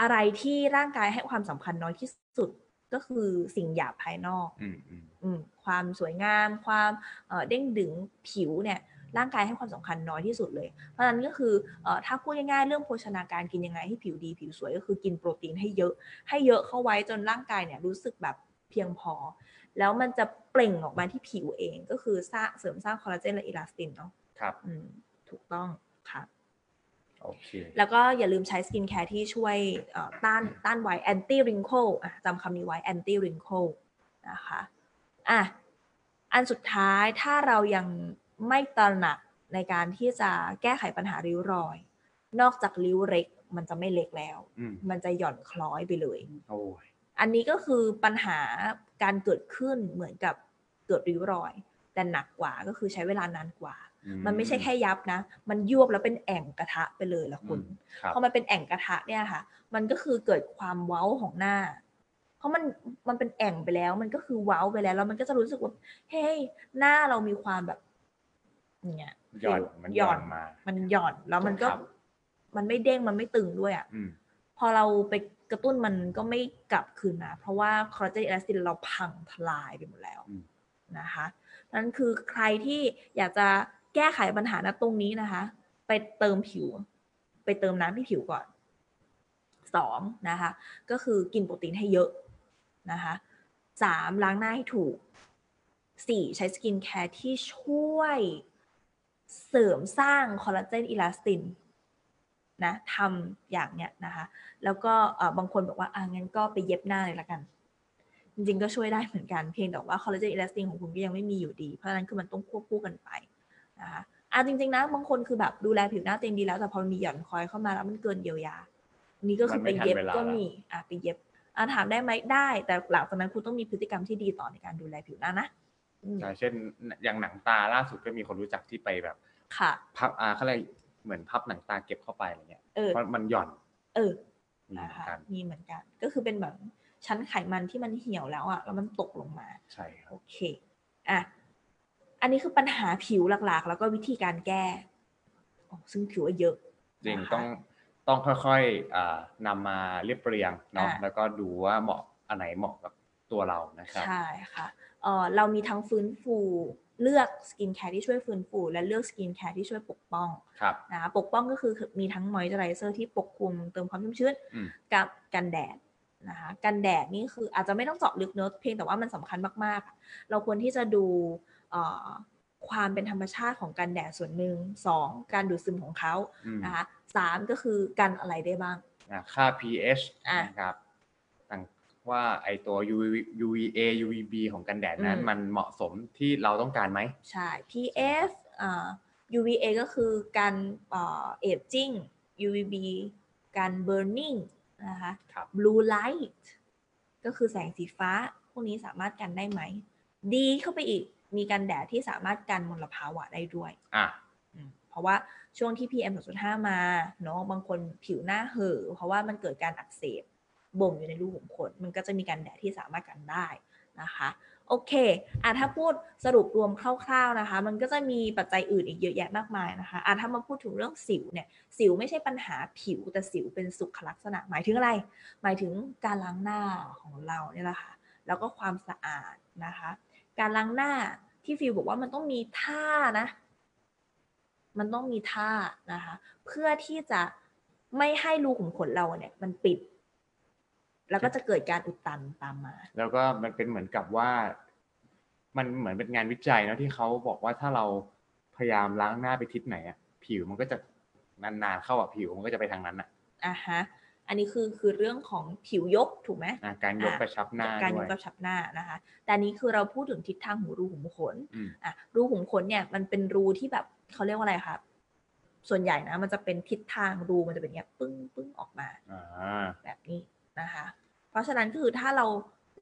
อะไรที่ร่างกายให้ความสำคัญน้อยที่สุดก็คือสิ่งหยาบภายนอก อืมอืม อืมความสวยงามความเอ่อเด้งดึงผิวเนี่ยร่างกายให้ความสำคัญน้อยที่สุดเลย เพราะฉะนั้นก็คือเออถ้าพูดง่ายๆเรื่องโภชนาการกินยังไงให้ผิวดีผิวสวยก็คือกินโปรตีนให้เยอะ ให้เยอะเข้าไว้จนร่างกายเนี่ยรู้สึกแบบเพียงพอ แล้วมันจะเปล่งออกมาที่ผิวเองก็คือสร้างเสริมสร้างคอลลาเจนและอิลาสตินเนาะ ครับ อืมถูกต้องค่ะ โอเค แล้วก็อย่าลืมใช้สกินแคร์ที่ช่วยเอ่อต้านต้านไวแอนตี้ริงโคลจำคำนี้ไว้แอนตี้ริงโคลนะคะอ่ะอันสุดท้ายถ้าเรายังไม่ตระหนักในการที่จะแก้ไขปัญหาริ้วรอย นอกจากริ้วเล็ก มันจะไม่เล็กแล้ว อืม มันจะหย่อนคล้อยไปเลย โอ้ย อันนี้ก็คือปัญหาการเกิดขึ้นเหมือนกับเกิดริ้วรอย แต่หนักกว่าก็คือใช้เวลานานกว่า อื มันไม่ใช่แค่ยับนะ มันยวบแล้วเป็นแอ่งกระทะไปเลยละคุณ ครับ พอมันเป็นแอ่งกระทะเนี่ยค่ะ มันก็คือเกิดความเว้าของหน้า เพราะมันมันเป็นแอ่งไปแล้ว มันก็คือเว้าไปแล้วแล้วมันก็จะรู้สึกว่า เฮ้ยหน้าเรามีความแบบเนี่ย หย่อนมันห หย่ ย่อ อน น มา มันหย่อนแล้วมันก็ ครับ มันไม่เด้งมันไม่ตึงด้วยอ่ะ อืม พอเราไปกระตุ้นมันก็ไม่กลับคืนมา เพราะว่าคอลลาเจนอิลาสตินเราพังทลายไปหมดแล้วนะคะนั้นคือใครที่อยากจะแก้ไขปัญหาณตรงนี้นะคะ ไปเติมผิว ไปเติมน้ำที่ผิวก่อนสองนะคะ ก็คือกินโปรตีนให้เยอะนะคะสามล้างหน้าให้ถูกสี่ใช้สกินแคร์ที่ช่วยเสริมสร้างคอลลาเจนอิลาสตินนะทำอย่างเนี้ยนะคะ แล้วก็เอ่อบางคนบอกว่าอ่ะงั้นก็ไปเย็บหน้าเลยละกัน จริงๆก็ช่วยได้เหมือนกันเพียงแต่ว่าคอลลาเจนอิลาสตินของคุณก็ยังไม่มีอยู่ดี เพราะฉะนั้นคือมันต้องควบคู่กันไปนะคะอ่ะจริงๆนะบางคนคือแบบดูแลผิวหน้าตัวเองดีแล้วแต่พอมีหย่อนคอยเข้ามาแล้วมันเกินเยียวยา นี่ก็คือไปเย็บก็มีอ่ะไปเย็บอ่ะถามได้ไหมได้ แต่หลังจากนั้นคุณต้องมีพฤติกรรมที่ดีต่อในการดูแลผิวหน้านะอืม ใช่เช่นอย่างหนังตาล่าสุดก็มีคนรู้จักที่ไปแบบ ค่ะ พับอ่าเขาเรียกเหมือนพับหนังตาเก็บเข้าไปอะไรเงี้ย เออ เพราะมันหย่อน เออ นี่เหมื นะ อน คะ กัน มีเหมือนกัน ก็คือเป็นแบบชั้นไขมันที่มันเหี่ยวแล้วอะ่ะ แล้วมันตกลงมา ใช่ครับ โอเค อ่ะ อันนี้คือปัญหาผิวหลักๆ แล้วก็วิธีการแก้โอ้ซึ่งถือว่าเยอะ จริง นะคะ ต้องต้องค่อยๆอ่านำมาเรียบเรียงเนาะ อ่ะ แล้วก็ดูว่าเหมาะอันไหนเหมาะกับตัวเรานะครับ ใช่ค่ะเออเรามีทั้งฟื้นฟูเลือกสกินแคร์ที่ช่วยฟื้นฟู และเลือกสกินแคร์ที่ช่วยปกป้อง ครับ นะคะปกป้องก็คือมีทั้งมอยเจอไรเซอร์ที่ปกคลุมเติมความชุ่มชื้น อืม กับกันแดดนะคะกันแดดนี่คืออาจจะไม่ต้องเจาะลึกเนื้อะเพียงแต่ว่ามันสำคัญมากๆ เราควรที่จะดูเอ่อ ความเป็นธรรมชาติของการแดดส่วนหนึ่งสองการดูดซึมของเขา อืม นะคะสามก็คือกันอะไรได้บ้าง อ่ะค่า pH อ่ะ นะครับต่างว่าไอตัว UV UVA UVB ของกันแดดนั้น อืม มันเหมาะสมที่เราต้องการไหม ใช่ PF อ่า UVA ก็คือการเอจจิ้ง UVB การ burning นะคะ ครับ blue light ก็คือแสงสีฟ้า พวกนี้สามารถกันได้ไหม ดีเข้าไปอีก มีกันแดดที่สามารถกันมลภาวะได้ด้วย อ่ะ อืมเพราะว่าช่วงที่ PM 2.5 มาเนาะบางคนผิวหน้าเห่อะเพราะว่ามันเกิดการอักเสบบ่มอยู่ในรูขุมขน มันก็จะมีกันแดดที่สามารถกันได้นะคะ โอเคอ่ะถ้าพูดสรุปรวมคร่าวๆนะคะ มันก็จะมีปัจจัยอื่นอีกเยอะแยะมากมายนะคะอ่ะถ้ามาพูดถึงเรื่องสิวเนี่ย สิวไม่ใช่ปัญหาผิวแต่สิวเป็นสุขลักษณะ หมายถึงอะไร หมายถึงการล้างหน้าของเราเนี่ยแหละค่ะ แล้วก็ความสะอาดนะคะ การล้างหน้าที่ฟิลบอกว่ามันต้องมีท่านะ มันต้องมีท่านะคะ เพื่อที่จะไม่ให้รูขุมขนเราเนี่ย มันปิด แล้วก็จะเกิดการอุดตันตามมา แล้วก็มันเป็นเหมือนกับว่า มันเหมือนเป็นงานวิจัยเนอะที่เขาบอกว่าถ้าเราพยายามล้างหน้าไปทิศไหนอะผิวมันก็จะนานๆเข้าอะผิวมันก็จะไปทางนั้นอะ อ่ะฮะ อันนี้คือคือเรื่องของผิวยกถูกไหม อ่ะการยก อ่ะ กระชับหน้า การย ด้ว ก ย กระชับหน้านะคะ แต่อันนี้คือเราพูดถึงทิศทางของรูขุมขน อืม อ่ะรูขุมขนเนี่ยมันเป็นรูที่แบบเขาเรียกว่าอะไรครับ ส่วนใหญ่นะ มันจะเป็นทิศทางรูมันจะเป็นอย่างเงี้ยปึ้งปึ้งออกมา อ่า แบบนี้นะคะ เพราะฉะนั้นคือถ้าเรา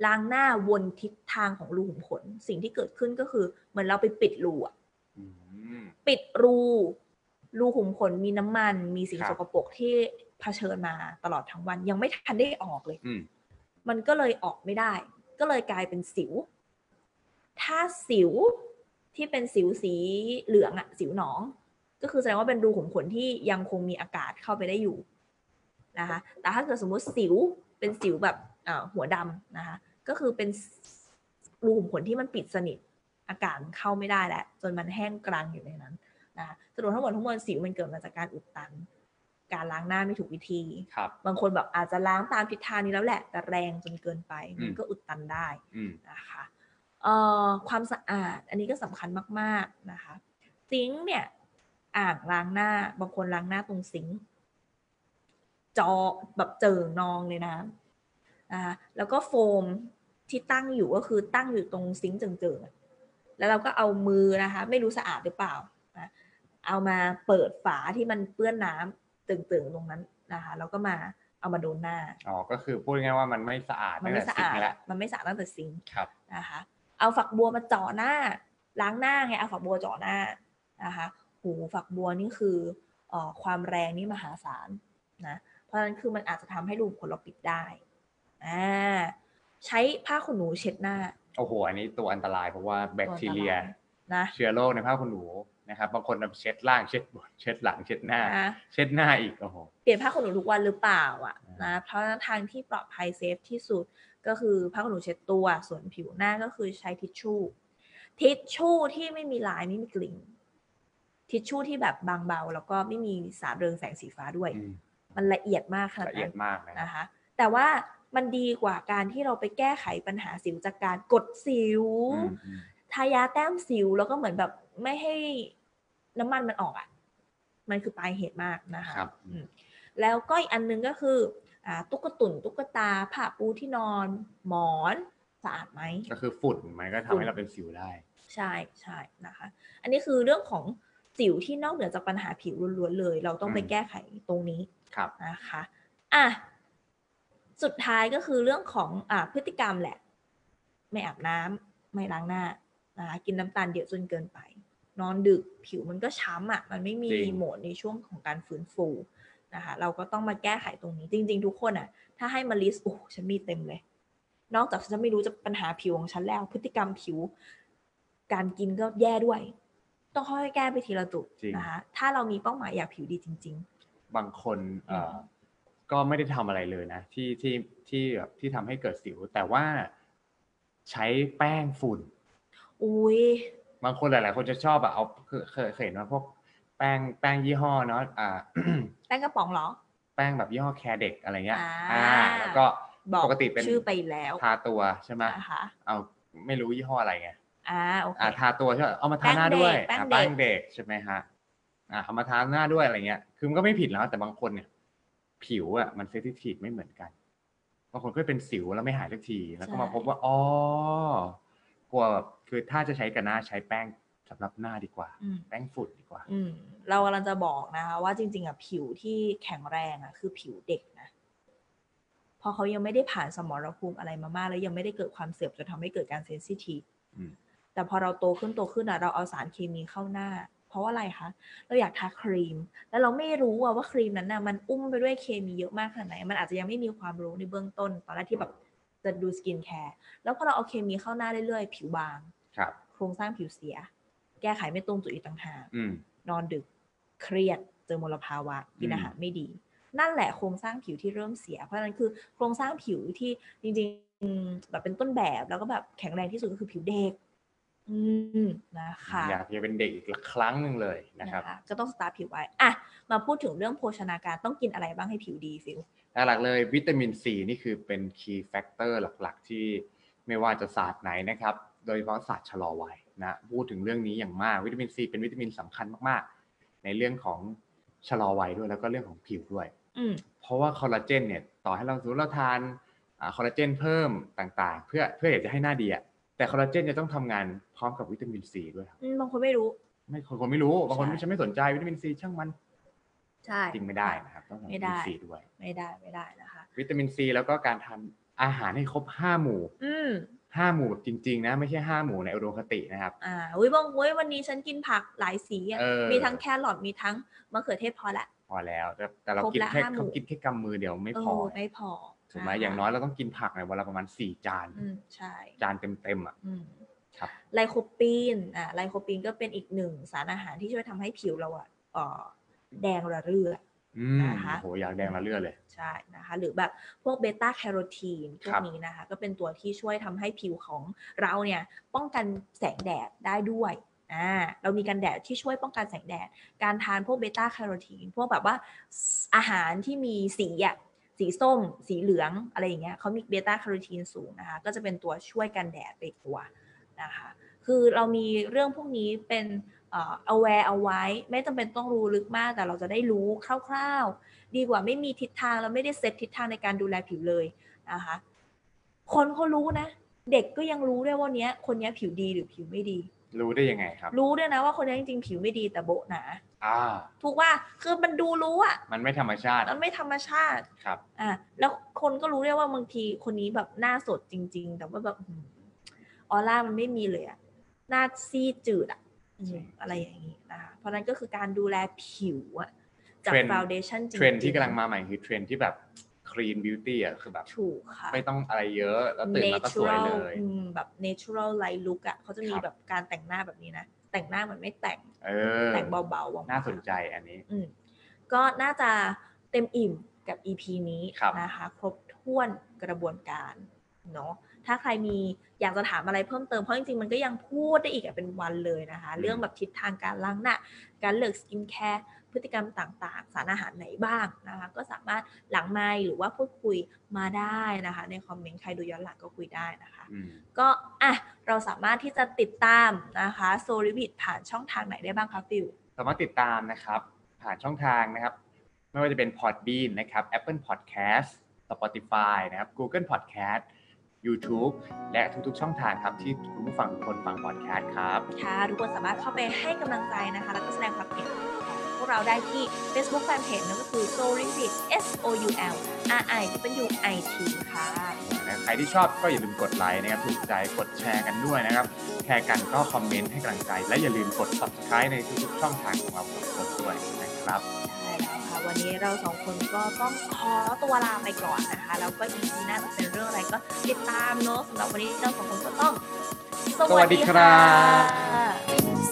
ล้างหน้าวนทิศทางของรูขุมขน สิ่งที่เกิดขึ้นก็คือเหมือนเราไปปิดรูอะ อืม ปิดรู รูขุมขนมีน้ำมัน มีสิ่ง ครับ สกปรกที่เผชิญมาตลอดทั้งวันยังไม่ทันได้ออกเลย อืม มันก็เลยออกไม่ได้ ก็เลยกลายเป็นสิว ถ้าสิวที่เป็นสิวสีเหลืองอะสิวหนอง ก็คือแสดงว่าเป็นรูขุมขนที่ยังคงมีอากาศเข้าไปได้อยู่นะคะ แต่ถ้าเกิดสมมุติสิวเป็นสิวแบบเอ่อหัวดำนะคะ ก็คือเป็นรูขุมขนที่มันปิดสนิท อากาศมันเข้าไม่ได้แล้วจนมันแห้งกรังอยู่ในนั้นนะคะสรุปทั้งหมดทั้งมวลสิวมันเกิดมาจากการอุดตัน การล้างหน้าไม่ถูกวิธี ครับ บางคนแบบอาจจะล้างตามทิศทางนี้แล้วแหละ แต่แรงจนเกินไป อืม มันก็อุดตันได้ อืม นะคะเอ่อความสะอาดอันนี้ก็สำคัญมากๆนะคะซิงค์เนี่ยอ่างล้างหน้าบางคนล้างหน้าตรงซิงค์จอแบบเจิ่งนองเลยนะนะคะแล้วก็โฟมที่ตั้งอยู่ก็คือตั้งอยู่ตรงซิงค์เจิ่งๆอะแล้วเราก็เอามือนะคะ ไม่รู้สะอาดหรือเปล่านะเอามาเปิดฝาที่มันเปื้อนน้ำเจิ่งๆตรงนั้นนะคะแล้วก็มา เอามาโดนหน้า อ๋อก็คือพูดง่ายๆว่ามันไม่สะอาด มันไม่ ตั้งสะแต่อาด งแห อะ ละ มันไม่สะอาดตั้งแต่ซิงค์ ครับ นะคะ เอาฝักบัวมาเจ่อหน้า ล้างหน้าไง เอาฝักบัวเจ่อหน้านะคะ หูฝักบัวนี่คือเออความแรงนี่มหาศาลนะ เพราะฉะนั้นคือมันอาจจะทำให้รูขุมขนเราปิดได้ อ่า ใช้ผ้าขนหนูเช็ดหน้า โอ้โห อันนี้ตัวอันตรายเพราะว่าแบคทีเรีย นะ เชื้อโรคในผ้าขนหนูนะครับบางคนนำเช็ดล่างเช็ดบน <laughs> เช็ดหลังเช็ดหน้า นะ เช็ดหน้าอีกโอ้โห เปลี่ยนผ้าขนหนูทุกวันหรือเปล่าอ่ะ อ่า นะเพราะฉะนั้นทางที่ปลอดภัยเซฟที่สุดก็คือผ้าขนหนูเช็ดตัวส่วนผิวหน้าก็คือใช้ทิชชู่ทิชชู่ที่ไม่มีลายไม่มีกลิ่นทิชชู่ที่แบบบางเบา แล้วก็ไม่มีสารเรืองแสงสีฟ้าด้วย อืม มันละเอียดมากขนาด ละเอีย นั้ ด น มากนะครับ นะคะ แต่ว่ามันดีกว่าการที่เราไปแก้ไขปัญหาสิวจากการกดสิว อืมอืม ทายาแต้มสิวแล้วก็เหมือนแบบไม่ให้น้ำมันมันออกอะ่ะ มันคือปลายเหตุมากนะคะ ครับ อืมแล้วก็อีกอันหนึงก็คืออาตุ๊กตุ่นตุ๊กตาผ้าปูที่นอนหมอนสะอาดไหม ก็คือฝุ่นมันก็ทำ ฝุ่น ให้เราเป็นสิวได้ ใช่ใช่นะคะ อันนี้คือเรื่องของสิวที่นอกเหนือจากปัญหาผิวล้วนๆเลย เราต้องไป อืม แก้ไขตรงนี้ ครับ นะคะอ่ะสุดท้ายก็คือเรื่องของอ่าพฤติกรรมแหละ ไม่อาบน้ำไม่ล้างหน้านะคะกินน้ำตาลเยอะจนเกินไป นอนดึกผิวมันก็ช้ำอะ่ะ มันไม่มี จริง โหมดในช่วงของการฟื้นฟูนะคะ เราก็ต้องมาแก้ไขตรงนี้ จริง ๆ ทุกคนอะ่ะ ถ้าให้มาลิสต์โอ้ฉันมีเต็มเลย นอกจากฉันจะไม่รู้จะปัญหาผิวของฉันแล้ว พฤติกรรมผิว การกินก็แย่ด้วย ต้องค่อยๆแก้ไปทีละจุดนะคะ ถ้าเรามีเป้าหมายอยากผิวดีจริง บางคนเอ่ออก็ไม่ได้ทำอะไรเลยนะ ที่ที่ที่แบบที่ทำให้เกิดสิว แต่ว่าใช้แป้งฝุ่น ๆ อุ้ย บางคนหลายๆ คนจะชอบอะเอาเคยเคยเคยเห็นว่าพวกแป้งแป้งยี่ห้อเนาะอ่า <coughs> แป้งกระป๋องเหรอ แป้งแบบยี่ห้อแคร์เด็กอะไรเงี้ย อ่า แล้วก็ บอก ปกติเป็น ชื่อไปแล้ว ทาตัวใช่ไหม นะคะ เอาไม่รู้ยี่ห้ออะไรไง อ่าโอเค อ่าทาตัวใช่ไหมเอามาทาหน้า แป้งเด็ก ด้วย แป้ง อ่ะ เด็ก แป้งเด็กใช่ไหมฮะอ่าเอามาทาหน้าด้วยอะไรเงี้ย คือมันก็ไม่ผิดแล้วแต่บางคนเนี่ย ผิวอ่ะมันเซนซิทีฟไม่เหมือนกันบางคนก็เป็นสิวแล้วไม่หายสักที แล้วก็มาพบว่าอ๋อกลัวแบบคือถ้าจะใช้กับหน้าใช้แป้งสำหรับหน้าดีกว่า อืม แป้งฝุ่นดีกว่า อืมเรากำลังจะบอกนะคะว่าจริง ๆอ่ะผิวที่แข็งแรงอ่ะคือผิวเด็กนะเพอเขายังไม่ได้ผ่านสมรภูมิอะไรมามากแล้วยังไม่ได้เกิดความเสื่อมจนทำให้เกิดการเซนซิทีฟ อืม แต่พอเราโตขึ้นโตขึ้นอ่ะเราเอาสารเคมีเข้าหน้า เพราะว่าอะไรคะเราอยากทาครีม แล้วเราไม่รู้อะว่าครีมนั้นน่ะมันอุ้มไปด้วยเคมีเยอะมากขนาดไหนมันอาจจะยังไม่มีความรู้ในเบื้องต้น ตอนแรกที่แบบจะดูสกินแคร์แล้วพอเราเอาเคมีเข้าหน้าเรื่อยๆผิวบาง ครับ โครงสร้างผิวเสีย แก้ไขไม่ตรงจุดอีกต่างหาก อืม นอนดึกเครียดเจอมลภาวะกิน อืม อาหารไม่ดี นั่นแหละโครงสร้างผิวที่เริ่มเสีย เพราะฉะนั้นคือโครงสร้างผิวที่จริงๆแบบเป็นต้นแบบแล้วก็แบบแข็งแรงที่สุดก็คือผิวเด็ก อืมนะคะ อยากจะเป็นเด็กอีกครั้งหนึ่งเลยนะครับ นก็ต้องสตาร์ทผิวไว้อ่ะมาพูดถึงเรื่องโภชนาการต้องกินอะไรบ้างให้ผิวดีฟิล หลักๆเลยวิตามินซีนี่คือเป็นคีย์แฟกเตอร์หลักๆ ที่ไม่ว่าจะศาสตร์ไหนนะครับ โดยเฉพาะศาสตร์ชะลอวัยนะพูดถึงเรื่องนี้อย่างมากวิตามินซีเป็นวิตามินสำคัญมากๆ ในเรื่องของชะลอวัยด้วยแล้วก็เรื่องของผิวด้วย อืม เพราะว่าคอลลาเจนเนี่ยต่อให้เราสมมติเราทานอ่าคอลลาเจนเพิ่มต่างๆ เพื่อเพื่ออยากจะให้หน้าดีอะแต่คอลลาเจนจะต้องทำงานพร้อมกับวิตามินซีด้วยครับ อืมบางคนไม่รู้ ไม่คนคนไม่รู้บางคน ใช่ ไม่ฉันไม่สนใจวิตามินซีช่างมัน ใช่ จริงไม่ได้นะครับต้องทำวิตามินซีด้วย ไม่ได้ไม่ได้นะคะ วิตามินซีแล้วก็การทำอาหารให้ครบ 5 หมู่ อืม 5 หมู่แบบจริง ๆ นะ ไม่ใช่ 5 หมู่ในอุดมคตินะครับ อ่าอุ้ยบางเว้ยวันนี้ฉันกินผักหลายสีอะ เออ มีทั้งแครอทมีทั้งมะเขือเทศพอละ พอแล้วแต่แต่เรา ครบ กิน ละ แค่ ห้าหมู่ เขากินแค่กำมือเดียวไม่ เอ พอ อไม่พอ ถูกไหม ะคะ อย่างน้อยเราต้องกินผักในยวันละประมาณ 4 จาน อืมใช่ จานเต็มๆอ่ะ อืม ครับ ไลโคปีนอ่าไลโคปีนก็เป็นอีกหนึ่งสารอาหารที่ช่วยทำให้ผิวเราอ่ะเอ่อแดงระเรื่อ อืม นะคะ โอ้โหอยากแดงละเลือดเลย ใช่นะคะหรือแบบพวกเบต้าแคโรทีนพว ครั ก บ นี้นะคะก็เป็นตัวที่ช่วยทำให้ผิวของเราเนี่ยป้องกันแสงแดดได้ด้วยอ่าเรามีกันแดดที่ช่วยป้องกันแสงแดด การทานพวกเบต้าแคโรทีนพวกแบบว่าอาหารที่มีสีอะสีส้ม สีเหลืองอะไรอย่างเงี้ยเขามีเบต้าแคโรทีนสูงนะคะก็จะเป็นตัวช่วยกันแดดไปอีกตัวนะคะคือเรามีเรื่องพวกนี้เป็นเอ่อ aware เอาไว้ ไม่จำเป็นต้องรู้ลึกมากแต่เราจะได้รู้คร่าวๆ ดีกว่าไม่มีทิศทางเราไม่ได้เซตทิศทางในการดูแลผิวเลยนะคะ คนเขารู้นะ เด็กก็ยังรู้ด้วยว่าเนี้ย คนเนี้ยผิวดีหรือผิวไม่ดี รู้ได้ยังไงครับ รู้ด้วยนะว่าคนเนี้ยจริงๆผิวไม่ดีแต่โบะหนา อ่า ถูกว่าคือมันดูรู้อะ มันไม่ธรรมชาติ มันไม่ธรรมชาติ ครับ อ่ะแล้วคนก็รู้ด้วยว่าบางทีคนนี้แบบหน้าสดจริง ๆ แต่ว่าแบบอืมออร่ามันไม่มีเลยอะหน้าซีดจืดอะอืม ใช่ อะไรอย่างนี้นะคะเพราะนั้นก็คือการดูแลผิวอะจาก เทรนด์ ฟาวเดชั่นจริง เทรนด์ที่กำลังมาใหม่คือเทรนด์ที่แบบคลีนบิวตี้อ่ะคือแบบ ถูกค่ะ ไม่ต้องอะไรเยอะแล้วตื่นมาก็สวยเลย Natural อืมแบบ natural light look อ่ะเขาจะมี ครับ แบบการแต่งหน้าแบบนี้นะ แต่งหน้าเหมือนไม่แต่ง เออ แต่งเบาๆว่างๆ น่าสนใจอันนี้ อืมก็น่าจะเต็มอิ่มกับ EP นี้ ครับ นะคะ ครบถ้วนกระบวนการเนาะ ถ้าใครมีอยากจะถามอะไรเพิ่มเติม เพราะจริงๆ มันก็ยังพูดได้อีกอะเป็นวันเลยนะคะ เรื่องแบบทิศทางการล้างหน้า การเลือกสกินแคร์ พฤติกรรมต่างๆ สารอาหารไหนบ้างนะคะ ก็สามารถหลังไมค์หรือว่าพูดคุยมาได้นะคะ ในคอมเมนต์ใครดูย้อนหลังก็คุยได้นะคะ อืม ก็อ่ะเราสามารถที่จะติดตามนะคะโซลิบิดผ่านช่องทางไหนได้บ้างคะฟิว สามารถติดตามนะครับ ผ่านช่องทางนะครับ ไม่ว่าจะเป็น Podbean นะครับ Apple Podcast Spotify นะครับ Google Podcast YouTube และทุกๆช่องทางครับที่คุณผู้ฟังทุกคนฟัง podcast ครับ ค่ะทุกคนสามารถเข้าไปให้กำลังใจนะคะ แล้วก็แสดงความเห็นของพวกเราได้ที่ Facebook Fanpage นั่นก็คือ Solid S O U L R I W I T ค่ะ และใครที่ชอบก็อย่าลืมกดไลค์นะครับ ถูกใจกดแชร์กันด้วยนะครับ แชร์กันก็คอมเมนต์ให้กำลังใจ และอย่าลืมกด subscribe ในทุกๆช่องทางของเราสองคนด้วยนะครับ ใช่แล้วค่ะ วันนี้เราสองคนก็ต้องขอตัวลาไปก่อนนะคะ แล้วก็ EP หน้าจะเป็นเรื่องอะไรก็ติดตามเนอะสำหรับวันนี้เราสองคนก็ต้อง สวัสดีครับ บ